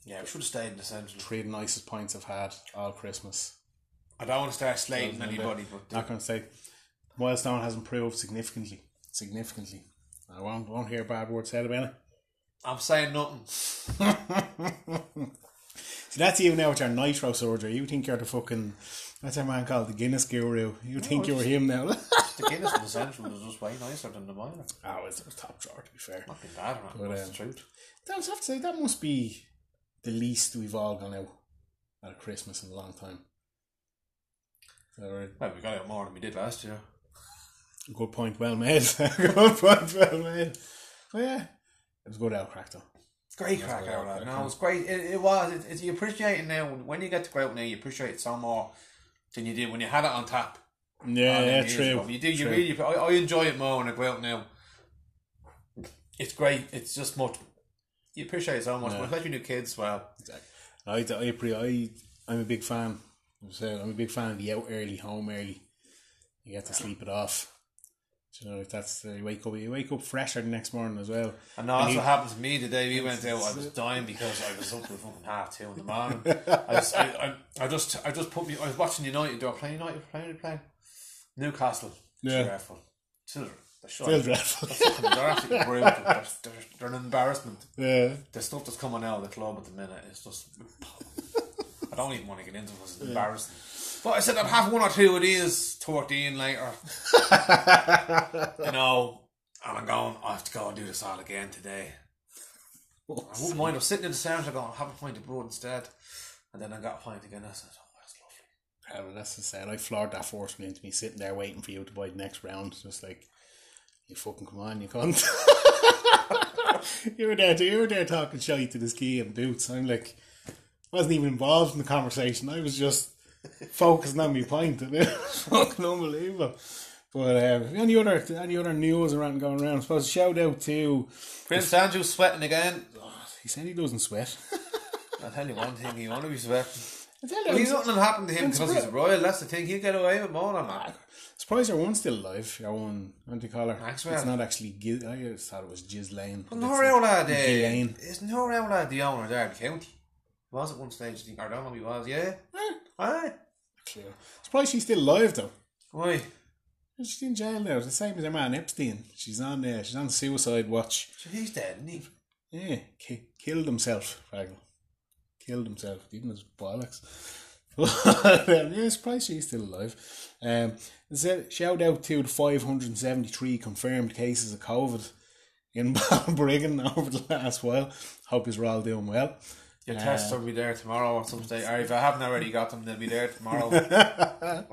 Speaker 1: Yeah, we should have stayed in the central.
Speaker 2: Three of the nicest points I've had all Christmas.
Speaker 1: I don't want to start slating
Speaker 2: Doesn't
Speaker 1: anybody, but
Speaker 2: Not going to say, milestone has improved significantly. Significantly. I won't, won't hear bad words said about it.
Speaker 1: I'm saying nothing.
Speaker 2: So that's even now with your nitro surgery. You think you're the fucking, that's our man called the Guinness guru. You think you're
Speaker 1: [laughs]
Speaker 2: him now. [laughs]
Speaker 1: The Guinness in the central was just way nicer than the minor.
Speaker 2: Ah, oh, it's it was top drawer to be fair.
Speaker 1: Fucking bad, man.
Speaker 2: But,
Speaker 1: That's
Speaker 2: um,
Speaker 1: the truth.
Speaker 2: I was have to say that must be the least we've all gone out at a Christmas in a long time. So we're-
Speaker 1: Well, we got out more than we did last year.
Speaker 2: Good point, well made. [laughs] good point, well made. So yeah, it was good out crack though.
Speaker 1: Great crack out, lad. No, it was great. It, it was. It, it, you appreciate it now. When you get to go out now, you appreciate it so more than you did when you had it on tap.
Speaker 2: Yeah,
Speaker 1: on
Speaker 2: yeah,
Speaker 1: years
Speaker 2: true.
Speaker 1: ago. You do. You
Speaker 2: true.
Speaker 1: really. I, I enjoy it more when I go out now. It's great. It's just much. You appreciate it so much, but especially new kids. as Well,
Speaker 2: Exactly. I, I, pre- I, I'm a big fan. I'm saying I'm a big fan of the out early, home early. You get to sleep it off. So, you know, that's uh, you wake up. You wake up fresher the next morning as well. [laughs]
Speaker 1: and that's what happened to me the day we went out. I was dying because I was up till fucking half two in the
Speaker 2: [laughs]
Speaker 1: morning. I, was, I, I, I just, I just put me. I was watching United. They were playing United. Playing, they were playing Newcastle.
Speaker 2: Yeah.
Speaker 1: Dreadful. Children. They're shite.
Speaker 2: Still [laughs] dreadful.
Speaker 1: They're absolutely brutal. They're, they're, they're an embarrassment.
Speaker 2: yeah.
Speaker 1: the stuff that's coming out of the club at the minute is just. I don't even want to get into it. 'cause It's embarrassing. But I said I'd have one or two of these thirteen later. [laughs] you know, and I'm going. I have to go and do this all again today. I wouldn't mind. I was sitting in the centre going, "I'll have a pint of broad instead," and then I got a pint again. I said, "Oh, that's lovely."
Speaker 2: Yeah, well, that's just it. I floored that force into me sitting there waiting for you to buy the next round. It's Just like, you fucking come on, you cunt. [laughs] you were there, you were there talking shite to this key and boots. I'm like, wasn't even involved in the conversation. I was just focusing on my pint, and [laughs] it was fucking unbelievable. But um, any other any other news around going around? I suppose shout out to
Speaker 1: Prince Andrew's sweating again.
Speaker 2: he said he doesn't sweat. [laughs]
Speaker 1: I'll tell you one thing: he won't be sweating.
Speaker 2: I tell you,
Speaker 1: Well,
Speaker 2: I'm
Speaker 1: he's nothing will happen to him because he's
Speaker 2: Spr-
Speaker 1: royal. That's the thing. He'll get away with more than
Speaker 2: Ah,
Speaker 1: that.
Speaker 2: Surprised your one's still alive. Your one, what do you call her?
Speaker 1: Maxwell.
Speaker 2: It's not actually Giz. I always thought it was Giz Lane. but
Speaker 1: No
Speaker 2: it's
Speaker 1: real
Speaker 2: like
Speaker 1: lad,
Speaker 2: Giz
Speaker 1: eh,
Speaker 2: Lane.
Speaker 1: it's no real lad the owner of Derby County. He was at one stage, I think, I don't know who he was, yeah?
Speaker 2: Eh,
Speaker 1: Aye.
Speaker 2: clear. Surprised she's still alive though.
Speaker 1: Why?
Speaker 2: She's in jail now. It's the same as her man Epstein. She's on there. she's on suicide watch.
Speaker 1: So he's dead, isn't he?
Speaker 2: Yeah, ki- killed himself. Fraggle. Killed himself. Even his bollocks. [laughs] But, um, yeah, surprised she's still alive. Um, so shout out to the 573 confirmed cases of COVID in [laughs] Balbriggan over the last while. Hope you're all doing well.
Speaker 1: Your tests will be there tomorrow or some stage. Or if I haven't already got them, they'll be there
Speaker 2: [laughs]
Speaker 1: tomorrow.
Speaker 2: Well,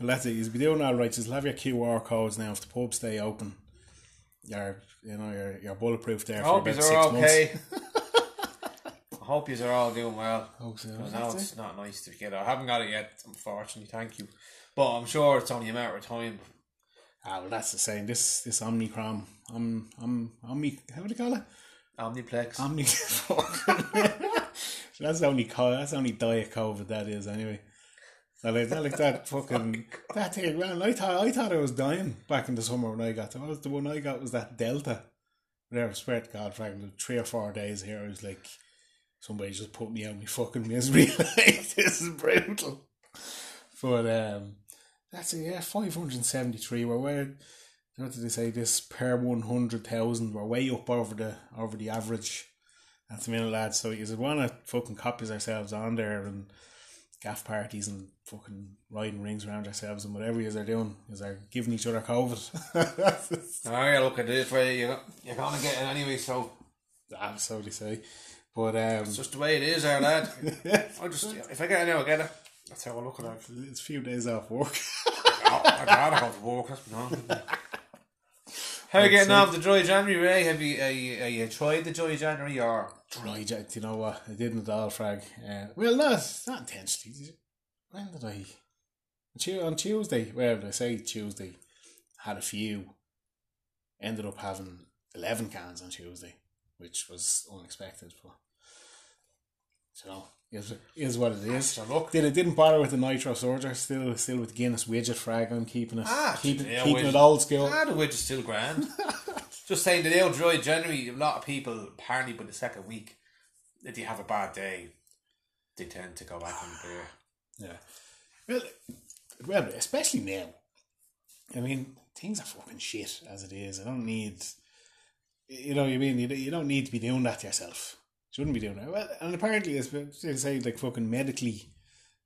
Speaker 2: that's it. You'll be doing all right. Just have your QR codes now. If the pubs stay open, you're you know you're, you're bulletproof there
Speaker 1: I
Speaker 2: for
Speaker 1: hope
Speaker 2: about
Speaker 1: yous
Speaker 2: six
Speaker 1: are
Speaker 2: months. [laughs]
Speaker 1: okay. I hope yous are all doing well.
Speaker 2: Hope Oh, so.
Speaker 1: I know
Speaker 2: That's it.
Speaker 1: it's not nice to get out. I haven't got it yet, unfortunately, thank you. But I'm sure it's only a matter of time.
Speaker 2: Ah, well, that's the same. This this Omnicron, um, um, Omni, how do you call it?
Speaker 1: Omniplex.
Speaker 2: Omni. [laughs] that's only co- that's only diet COVID that is anyway. So like, that- like that fucking that thing, man. I thought I thought I was dying back in the summer when I got them. I was, the one I got was that Delta. Whatever, swear to God, frankly, three or four days here, I was like, somebody just put me out of my fucking misery. [laughs] like this is brutal. But um, that's it. Yeah, five hundred seventy three. We're way. What did they say? This per one hundred thousand. We're way up over the over the average That's the minute, lads. So you just want to fucking copies ourselves on there and gaff parties and fucking riding rings around ourselves and whatever you are doing is are giving each other COVID. [laughs]
Speaker 1: Oh yeah, look at this way. You're, you're gonna get it anyway, so
Speaker 2: Absolutely say. But um, [laughs]
Speaker 1: it's just the way it is, our lad. I just if I get it now, I get it. That's how I look at it.
Speaker 2: it's a few days off work.
Speaker 1: Oh, I'd rather have to walk. That's no. How are you getting on with the dry January? Ray? Have you, are you, are you tried the dry January or
Speaker 2: Right, do you know what? I didn't at all, Frag. Uh, well, not, not intentionally. Did you- When did I? Tu- On Tuesday, well, I say Tuesday, had a few. Ended up having 11 cans on Tuesday, which was unexpected. But, you know, is, is what it is.
Speaker 1: So look,
Speaker 2: Did it didn't bother with the nitro soldier, still still with Guinness widget frag. I'm keeping it,
Speaker 1: Ah,
Speaker 2: keeping,
Speaker 1: yeah,
Speaker 2: keeping
Speaker 1: widget.
Speaker 2: it old school.
Speaker 1: ah, the witch is still [laughs] grand. Just saying that they'll dry January. A lot of people apparently by the second week, if they have a bad day, they tend to go back on the beer.
Speaker 2: Yeah. Well, well, especially now. I mean, things are fucking shit as it is. I don't need, you know, what I mean, you, you don't need to be doing that yourself. Shouldn't be doing that. Well, and apparently, it's been- they say like fucking medically,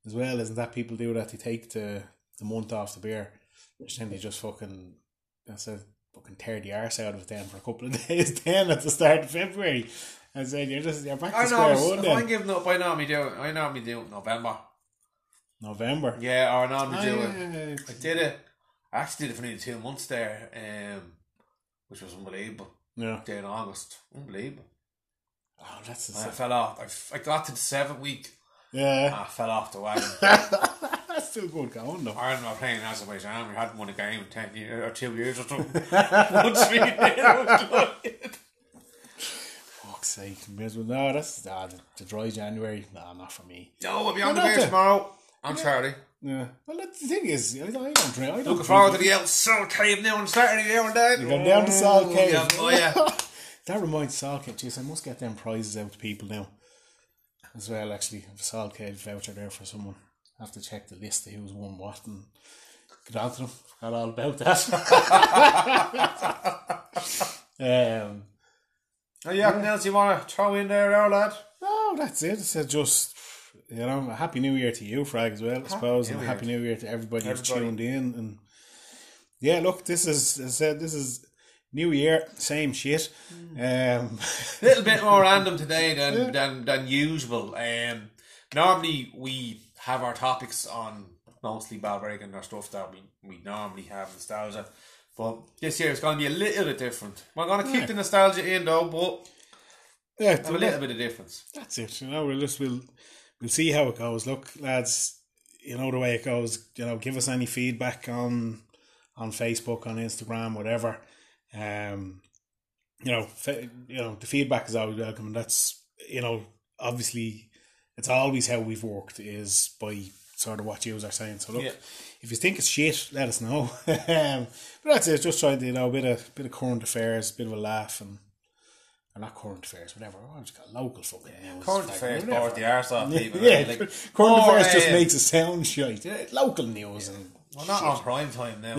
Speaker 2: as well. Isn't that people do that? They take the the month off the beer, which then they just fucking that's a fucking tear the arse out of it then for a couple of [laughs] days. Then at the start of February, and say you're just you're back to
Speaker 1: I know.
Speaker 2: square
Speaker 1: it's-
Speaker 2: one
Speaker 1: If I'm
Speaker 2: then.
Speaker 1: giving up, I normally do it. I normally do it in November.
Speaker 2: November.
Speaker 1: Yeah, oh, or I normally do it.
Speaker 2: I-
Speaker 1: I did it. I actually did it for nearly two months there, um, which was unbelievable.
Speaker 2: Yeah.
Speaker 1: Day in August, unbelievable.
Speaker 2: Oh, that's the
Speaker 1: And I
Speaker 2: same.
Speaker 1: fell off. I, f- I got to the seventh week.
Speaker 2: Yeah.
Speaker 1: And I fell off the
Speaker 2: [laughs]
Speaker 1: wagon.
Speaker 2: That's still good Oh, going though.
Speaker 1: Ireland were playing Azerbaijan. We hadn't won a game in ten years or two years or
Speaker 2: [laughs]
Speaker 1: something. Once we did, it was good.
Speaker 2: Fuck's sake. you may as well- No, that's ah, the, the dry January. No, not for me.
Speaker 1: no, we'll be on the
Speaker 2: Well,
Speaker 1: beer
Speaker 2: not
Speaker 1: tomorrow. I'm Charlie.
Speaker 2: Yeah. Well, that's the thing is, I don't, I don't drink. I don't
Speaker 1: Looking
Speaker 2: drink.
Speaker 1: forward to the old Salt Cave now on Saturday. There and then.
Speaker 2: You're going down to Salt Cave.
Speaker 1: Yeah, oh
Speaker 2: [laughs]
Speaker 1: yeah.
Speaker 2: That reminds Salkit. Jeez, I must get them prizes out to people now. As well, actually, I have a Salkit voucher there for someone. I have to check the list of who's won what and get on to them. Forgot all about that. [laughs] um,
Speaker 1: Are you anything else you want to throw in there, our lad?
Speaker 2: No, that's it. It's uh, just you know, a happy new year to you, Frag, as well, I suppose,
Speaker 1: New
Speaker 2: and a
Speaker 1: Year.
Speaker 2: happy new year to everybody, who's
Speaker 1: Everybody.
Speaker 2: tuned in. And yeah, look, this is as I said this is new year, same shit.
Speaker 1: Mm.
Speaker 2: Um, [laughs]
Speaker 1: A little bit more random today than than than usual. Um, normally we have our topics on mostly Balbergan or stuff that we, we normally have nostalgia, but this year it's going to be a little bit different. We're going to keep the nostalgia in though, but
Speaker 2: yeah,
Speaker 1: have a little bit of difference.
Speaker 2: that's it. You know, we'll just we'll we'll see how it goes. Look, lads, you know the way it goes. You know, give us any feedback on on Facebook, on Instagram, whatever. Um, you know, fe- you know, the feedback is always welcome, and that's you know, obviously, it's always how we've worked is by sort of what you are saying. So look,
Speaker 1: Yeah.
Speaker 2: if you think it's shit, let us know. [laughs] um, but that's it. Just trying to you know, a bit of bit of current affairs, bit of a laugh, and. Or not current affairs, whatever. Oh, I just got local fucking news.
Speaker 1: Current
Speaker 2: Like,
Speaker 1: affairs
Speaker 2: whatever.
Speaker 1: bars the arse off people.
Speaker 2: Yeah,
Speaker 1: really.
Speaker 2: [laughs] cur- current
Speaker 1: Or,
Speaker 2: affairs just
Speaker 1: um,
Speaker 2: makes it sound shite. "Oh, Yeah, Local news [laughs] and
Speaker 1: We're not on prime time now.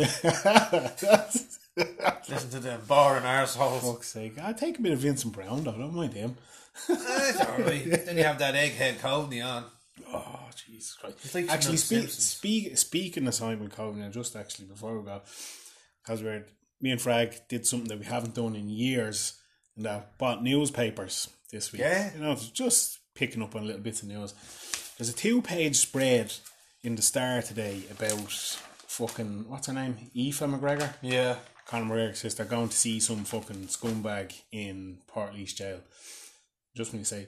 Speaker 1: Listen to them bar and arseholes.
Speaker 2: fuck's sake. I take a bit of Vincent Brown though. I don't mind him.
Speaker 1: That's Eh, all [laughs] right. Then you have that egghead Coveney on.
Speaker 2: Oh Jesus Christ!
Speaker 1: like Simon
Speaker 2: actually, speak,
Speaker 1: Simpson.
Speaker 2: speak, speaking of Simon Covenant, just actually before we go, because we're me and Frag did something that we haven't done in years, and I bought newspapers this week.
Speaker 1: Yeah.
Speaker 2: you know, just picking up on little bits of news. There's a two-page spread in the Star today about fucking what's her name, Aoife McGregor.
Speaker 1: Yeah.
Speaker 2: Conor McGregor says they're going to see some fucking scumbag in Portleash jail. Just when you say,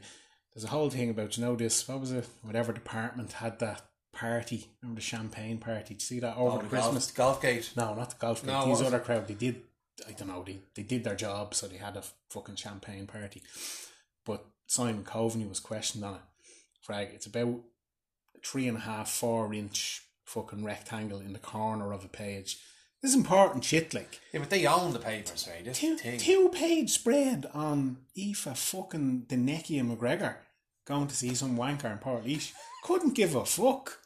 Speaker 2: there's a whole thing about, you know, this, what was it, whatever department had that party, remember the champagne party, did you see that over
Speaker 1: Oh, the
Speaker 2: Christmas?
Speaker 1: Golf, golf gate.
Speaker 2: No, not the golf,
Speaker 1: No,
Speaker 2: no, these
Speaker 1: what was
Speaker 2: other crowd, they did, I don't know, they, they did their job, so they had a fucking champagne party. But Simon Coveney was questioned on it. Frag, it's about three and a half, four inch fucking rectangle in the corner of a page. This is important shit, like
Speaker 1: Yeah, but they own the papers, right? That's
Speaker 2: two
Speaker 1: the thing.
Speaker 2: two page spread on Aoife fucking the Necky and McGregor going to see some wanker in Port Couldn't give a fuck.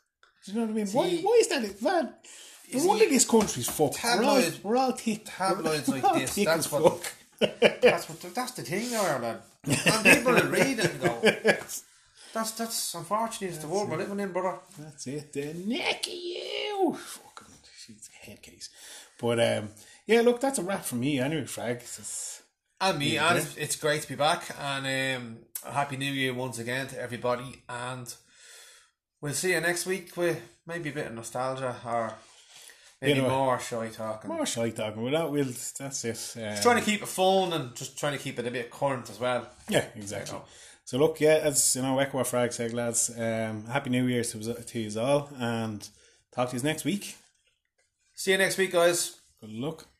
Speaker 2: Do you know what I mean? why,
Speaker 1: See-
Speaker 2: why is that man?
Speaker 1: Is
Speaker 2: We're all
Speaker 1: he-
Speaker 2: in this country's fuck.
Speaker 1: Tabloid-
Speaker 2: we're all, we're all tick,
Speaker 1: tabloids
Speaker 2: we're
Speaker 1: like
Speaker 2: all
Speaker 1: this,
Speaker 2: thick
Speaker 1: that's
Speaker 2: as
Speaker 1: what-
Speaker 2: fuck.
Speaker 1: That's what that's the thing, there, lad. And people [laughs] that read it and go, that's that's unfortunate. It's the world we're living in, brother.
Speaker 2: That's it. Then Nicky, you fucking she's a head case. But um, yeah, look, that's a wrap for me anyway, Frag. It's just-
Speaker 1: And me, and it's, it's great to be back. And um, a happy New Year once again to everybody. And we'll see you next week with maybe a bit of nostalgia or maybe
Speaker 2: You know-
Speaker 1: more shy talking.
Speaker 2: more shy talking. Well, that will. That's it. Um,
Speaker 1: Trying to keep it fun and just trying to keep it a bit current as well.
Speaker 2: Yeah, exactly.
Speaker 1: know.
Speaker 2: So look, yeah, as you know, Echo our Frag said, lads, um, happy New Year to, to you all, and talk to you next week.
Speaker 1: See you next week, guys.
Speaker 2: Good luck.